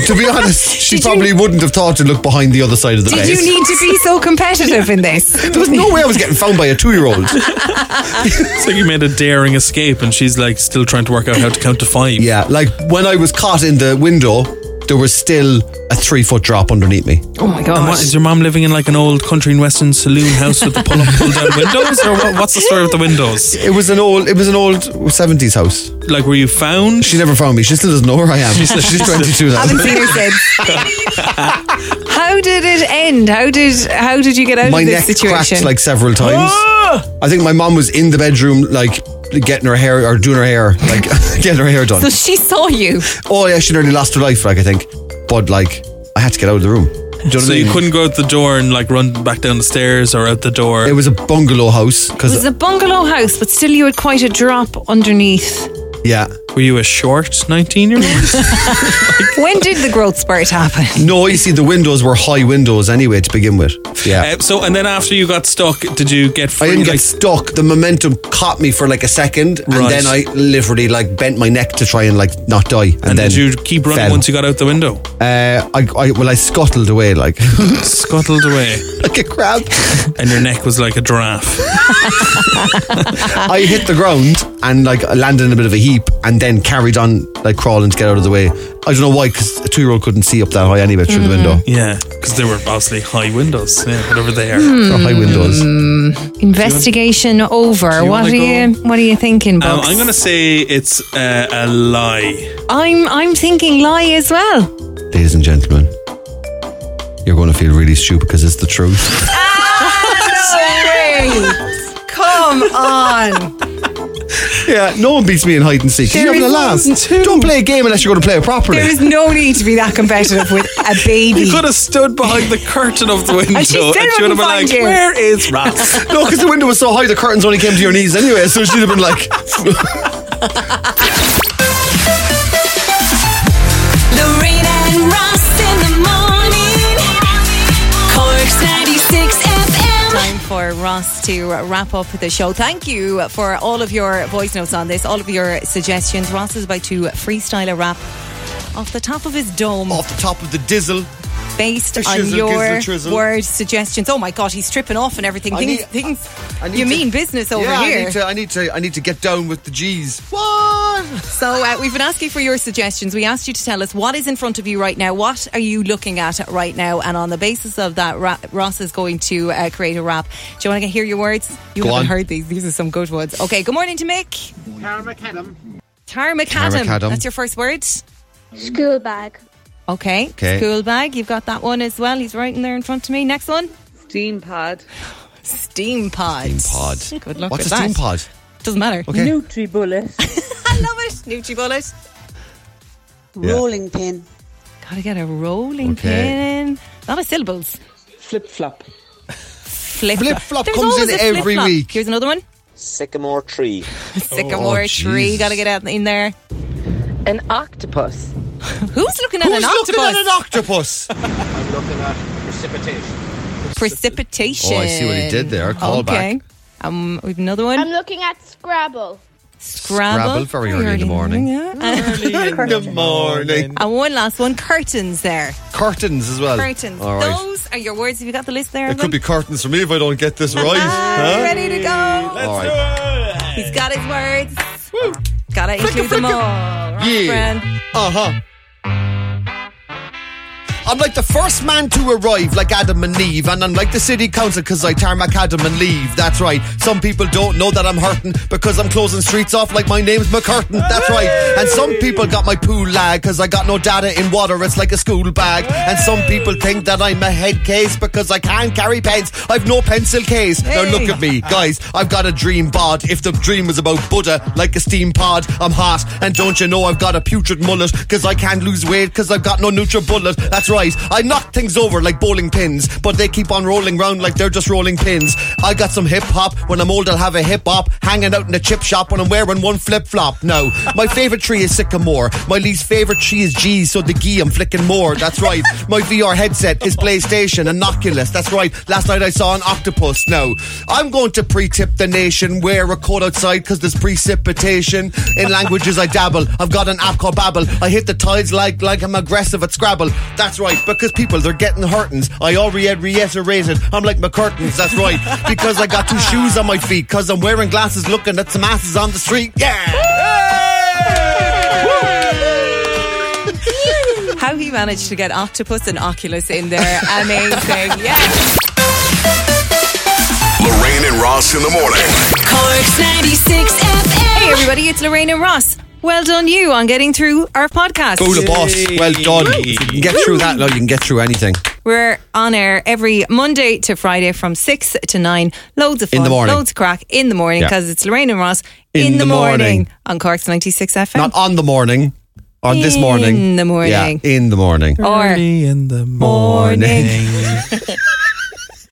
Speaker 2: to be honest, she
Speaker 1: Did you-
Speaker 2: probably wouldn't have thought to look behind the other side of the
Speaker 1: Did
Speaker 2: bed.
Speaker 1: you need to be so competitive in this?
Speaker 2: there was no way I was getting found by a two-year-old.
Speaker 3: It's like you made a daring escape, and she's like still trying to work out how to count to five.
Speaker 2: Yeah, like when I was caught in the window, there was still a three foot drop underneath me.
Speaker 1: [laughs] Oh my
Speaker 3: And what
Speaker 1: god.
Speaker 3: is your mom living in like an old country and western saloon house with the pull up
Speaker 2: [laughs]
Speaker 3: pull down windows, or what, what's the story with the windows?
Speaker 2: It was an old, it was an old seventies house.
Speaker 3: Like, were you found?
Speaker 2: She never found me. She still doesn't know where I am. She's, twenty two now.
Speaker 1: Haven't seen her since. How did it end? How did how did you get out
Speaker 2: My
Speaker 1: of
Speaker 2: neck
Speaker 1: this situation?
Speaker 2: cracked like several times. I think my mom was in the bedroom, like getting her hair or doing her hair, like [laughs] getting her hair
Speaker 1: so
Speaker 2: [laughs] done.
Speaker 1: she saw you.
Speaker 2: Oh yeah, she nearly lost her life, like I think. But like, I had to get out of the room. Do you know what I
Speaker 3: so you
Speaker 2: mean?
Speaker 3: couldn't go out the door and like run back down the stairs or out the door.
Speaker 2: It was a bungalow house
Speaker 1: It was
Speaker 2: because
Speaker 1: a bungalow house, but still you had quite a drop underneath.
Speaker 2: yeah.
Speaker 3: were you a short nineteen
Speaker 2: [laughs]
Speaker 3: year old?
Speaker 1: When did the growth spurt happen?
Speaker 2: No, you see, the windows were high windows anyway to begin with. Yeah.
Speaker 3: Uh, so, and then after you got stuck, did you get
Speaker 2: I
Speaker 3: free?
Speaker 2: didn't
Speaker 3: like,
Speaker 2: get stuck. The momentum caught me for like a second,
Speaker 3: Right.
Speaker 2: and then I literally like bent my neck to try and like not die. And,
Speaker 3: and
Speaker 2: then
Speaker 3: did you keep running
Speaker 2: fell.
Speaker 3: once you got out the window?
Speaker 2: Uh, I, I well, I scuttled away like [laughs]
Speaker 3: Scuttled away,
Speaker 2: like a crab.
Speaker 3: and your neck was like a
Speaker 2: [laughs]
Speaker 3: giraffe.
Speaker 2: I hit the ground and like landed in a bit of a heap, and then carried on like crawling to get out of the way. I don't know why, because a two-year-old couldn't see up that high anyway through the
Speaker 13: Mm-hmm.
Speaker 2: window,
Speaker 3: Yeah, because they were obviously high windows, yeah, whatever they are.
Speaker 2: or
Speaker 13: Mm-hmm.
Speaker 2: high windows.
Speaker 1: Investigation over.
Speaker 3: you
Speaker 1: What
Speaker 3: wanna
Speaker 1: are you what are you thinking,
Speaker 3: Um,
Speaker 1: Bucks?
Speaker 3: I'm gonna say it's uh, a lie.
Speaker 1: I'm I'm thinking lie as well.
Speaker 2: Ladies and gentlemen, you're going to feel really stupid because it's the truth.
Speaker 13: Come on.
Speaker 2: [laughs] yeah, no one beats me in hide and seek. You're having a laugh. Don't play a game unless you're going to play it properly.
Speaker 13: There is no need to be that competitive with a baby.
Speaker 3: You could have stood behind the curtain of the window,
Speaker 13: she still
Speaker 3: and she would have
Speaker 13: wouldn't
Speaker 3: been like,
Speaker 13: find you.
Speaker 3: "Where is
Speaker 2: [laughs]
Speaker 3: Ross?"
Speaker 2: No, because the window was so high, the curtains only came to your knees anyway. So she'd have been [laughs] like,
Speaker 5: Lorraine and Ross in the morning. Corks 96 FM.
Speaker 1: time for Ross to wrap up the show. Thank you for all of your voice notes on this, all of your suggestions. Ross is about to freestyle a rap off the top of his dome.
Speaker 2: off the top of the dizzle.
Speaker 1: based
Speaker 2: A
Speaker 1: on
Speaker 2: shizzle,
Speaker 1: your
Speaker 2: gizzle, trizzle.
Speaker 1: word suggestions. Oh my God, he's tripping off and everything.
Speaker 2: I
Speaker 1: Things,
Speaker 2: need-
Speaker 1: things,
Speaker 2: I need
Speaker 1: you
Speaker 2: to-
Speaker 1: mean business over
Speaker 2: yeah,
Speaker 1: here.
Speaker 2: I need to. I need to. I need to get down with the G's.
Speaker 1: What? So uh, we've been asking for your suggestions. We asked you to tell us what is in front of you right now. What are you looking at right now? And on the basis of that, Ra- Ross is going to uh, create a rap. Do you want to hear your words? You
Speaker 2: Go
Speaker 1: haven't
Speaker 2: on.
Speaker 1: heard these. These are some good ones. Okay. Good morning to Mick.
Speaker 14: Tara McAdam.
Speaker 1: Tar
Speaker 2: Tara
Speaker 1: McAdam.
Speaker 2: McAdam.
Speaker 1: That's your first word. School bag. Okay.
Speaker 2: Okay.
Speaker 1: School bag. You've got that one as well. He's right in there in front of me. Next one. Steam pod. Steam pod. Steam
Speaker 2: pod.
Speaker 1: Good luck
Speaker 2: What's
Speaker 1: with
Speaker 2: a steam
Speaker 1: that.
Speaker 2: pod?
Speaker 1: Doesn't matter.
Speaker 2: Okay.
Speaker 1: Nutri bullet. [laughs] I love it. Nutri bullet.
Speaker 2: Yeah.
Speaker 1: Rolling pin. Gotta get a rolling
Speaker 2: Okay.
Speaker 1: pin. A lot of syllables. Flip flop. Flip
Speaker 2: Flip-flop comes in every week. Oh,
Speaker 1: Here's another one.
Speaker 15: Sycamore tree.
Speaker 1: [laughs] Sycamore tree. Gotta get out in there. An octopus. Who's looking at
Speaker 2: Who's
Speaker 1: an
Speaker 2: looking
Speaker 1: octopus?
Speaker 2: at an octopus?
Speaker 1: [laughs]
Speaker 15: I'm looking at precipitation.
Speaker 1: Precipitation.
Speaker 2: Oh, I see what he did there. Callback.
Speaker 1: Okay. Um, we've another one.
Speaker 16: I'm looking at Scrabble.
Speaker 1: Scrabble.
Speaker 2: Scrabble very early in the morning. Mm.
Speaker 1: Yeah.
Speaker 2: the morning.
Speaker 1: [laughs] and one last one. Curtains there.
Speaker 2: Curtains as well.
Speaker 1: Curtains.
Speaker 2: All right.
Speaker 1: Those are your words. Have you got the list there?
Speaker 2: It could be curtains for me if I don't
Speaker 1: [laughs]
Speaker 2: get this right.
Speaker 1: Are
Speaker 2: huh?
Speaker 1: you ready to go?
Speaker 2: All right.
Speaker 1: He's got his words. Gotta include them all. Right, friend?
Speaker 2: Uh huh. I'm like the first man to arrive, like Adam and Eve, and I'm like the city council because I tarmac Adam and leave. That's right. Some people don't know that I'm hurting because I'm closing streets off like my name's McCurtain. That's right. And some people got my pool lag because I got no data in water. It's like a school bag. And some people think that I'm a head case because I can't carry pens. I've no pencil case. Now look at me, guys. I've got a dream bod. If the dream was about Buddha, like a steam pod, I'm hot. And don't you know I've got a putrid mullet because I can't lose weight because I've got no NutriBullet. That's right. I knock things over like bowling pins, but they keep on rolling round like they're just rolling pins. I got some hip hop. When I'm old, I'll have a hip hop hanging out in the chip shop when I'm wearing one flip flop. No, my favorite tree is sycamore. My least favorite tree is G's, so the gee I'm flicking more. That's right. My VR headset is PlayStation and Oculus. That's right. Last night I saw an octopus. No, I'm going to pre-tip the nation. Wear a coat outside because there's precipitation. In languages I dabble. I've got an app called Babel. I hit the tides like like I'm aggressive at Scrabble. That's right. Because people they're getting hurtins. I already reiterated. I'm like McCurtains. That's right. Because I got two shoes on my feet. Because I'm wearing glasses, looking at some asses on the street.
Speaker 1: How he managed to get octopus and oculus in
Speaker 2: [laughs]
Speaker 1: there. Amazing. Yes.
Speaker 10: Lorraine and Ross in the morning.
Speaker 1: Corks 96 FM. Hey, everybody, it's Lorraine and Ross. Well done, you, on getting through our podcast.
Speaker 2: Boo the boss. Well done. If you can get through that, no, you can get through anything.
Speaker 1: We're on air every Monday to Friday from 6 to 9. Loads of fun.
Speaker 2: In the morning.
Speaker 1: Loads of crack in the morning
Speaker 2: Yeah.
Speaker 1: because it's Lorraine and Ross in,
Speaker 2: In
Speaker 1: the,
Speaker 2: the
Speaker 1: morning.
Speaker 2: morning.
Speaker 1: on Corks 96 FM.
Speaker 2: Not on the morning. On this
Speaker 1: In
Speaker 2: morning.
Speaker 1: the morning.
Speaker 2: Yeah, in the morning.
Speaker 1: or
Speaker 3: in the
Speaker 2: morning.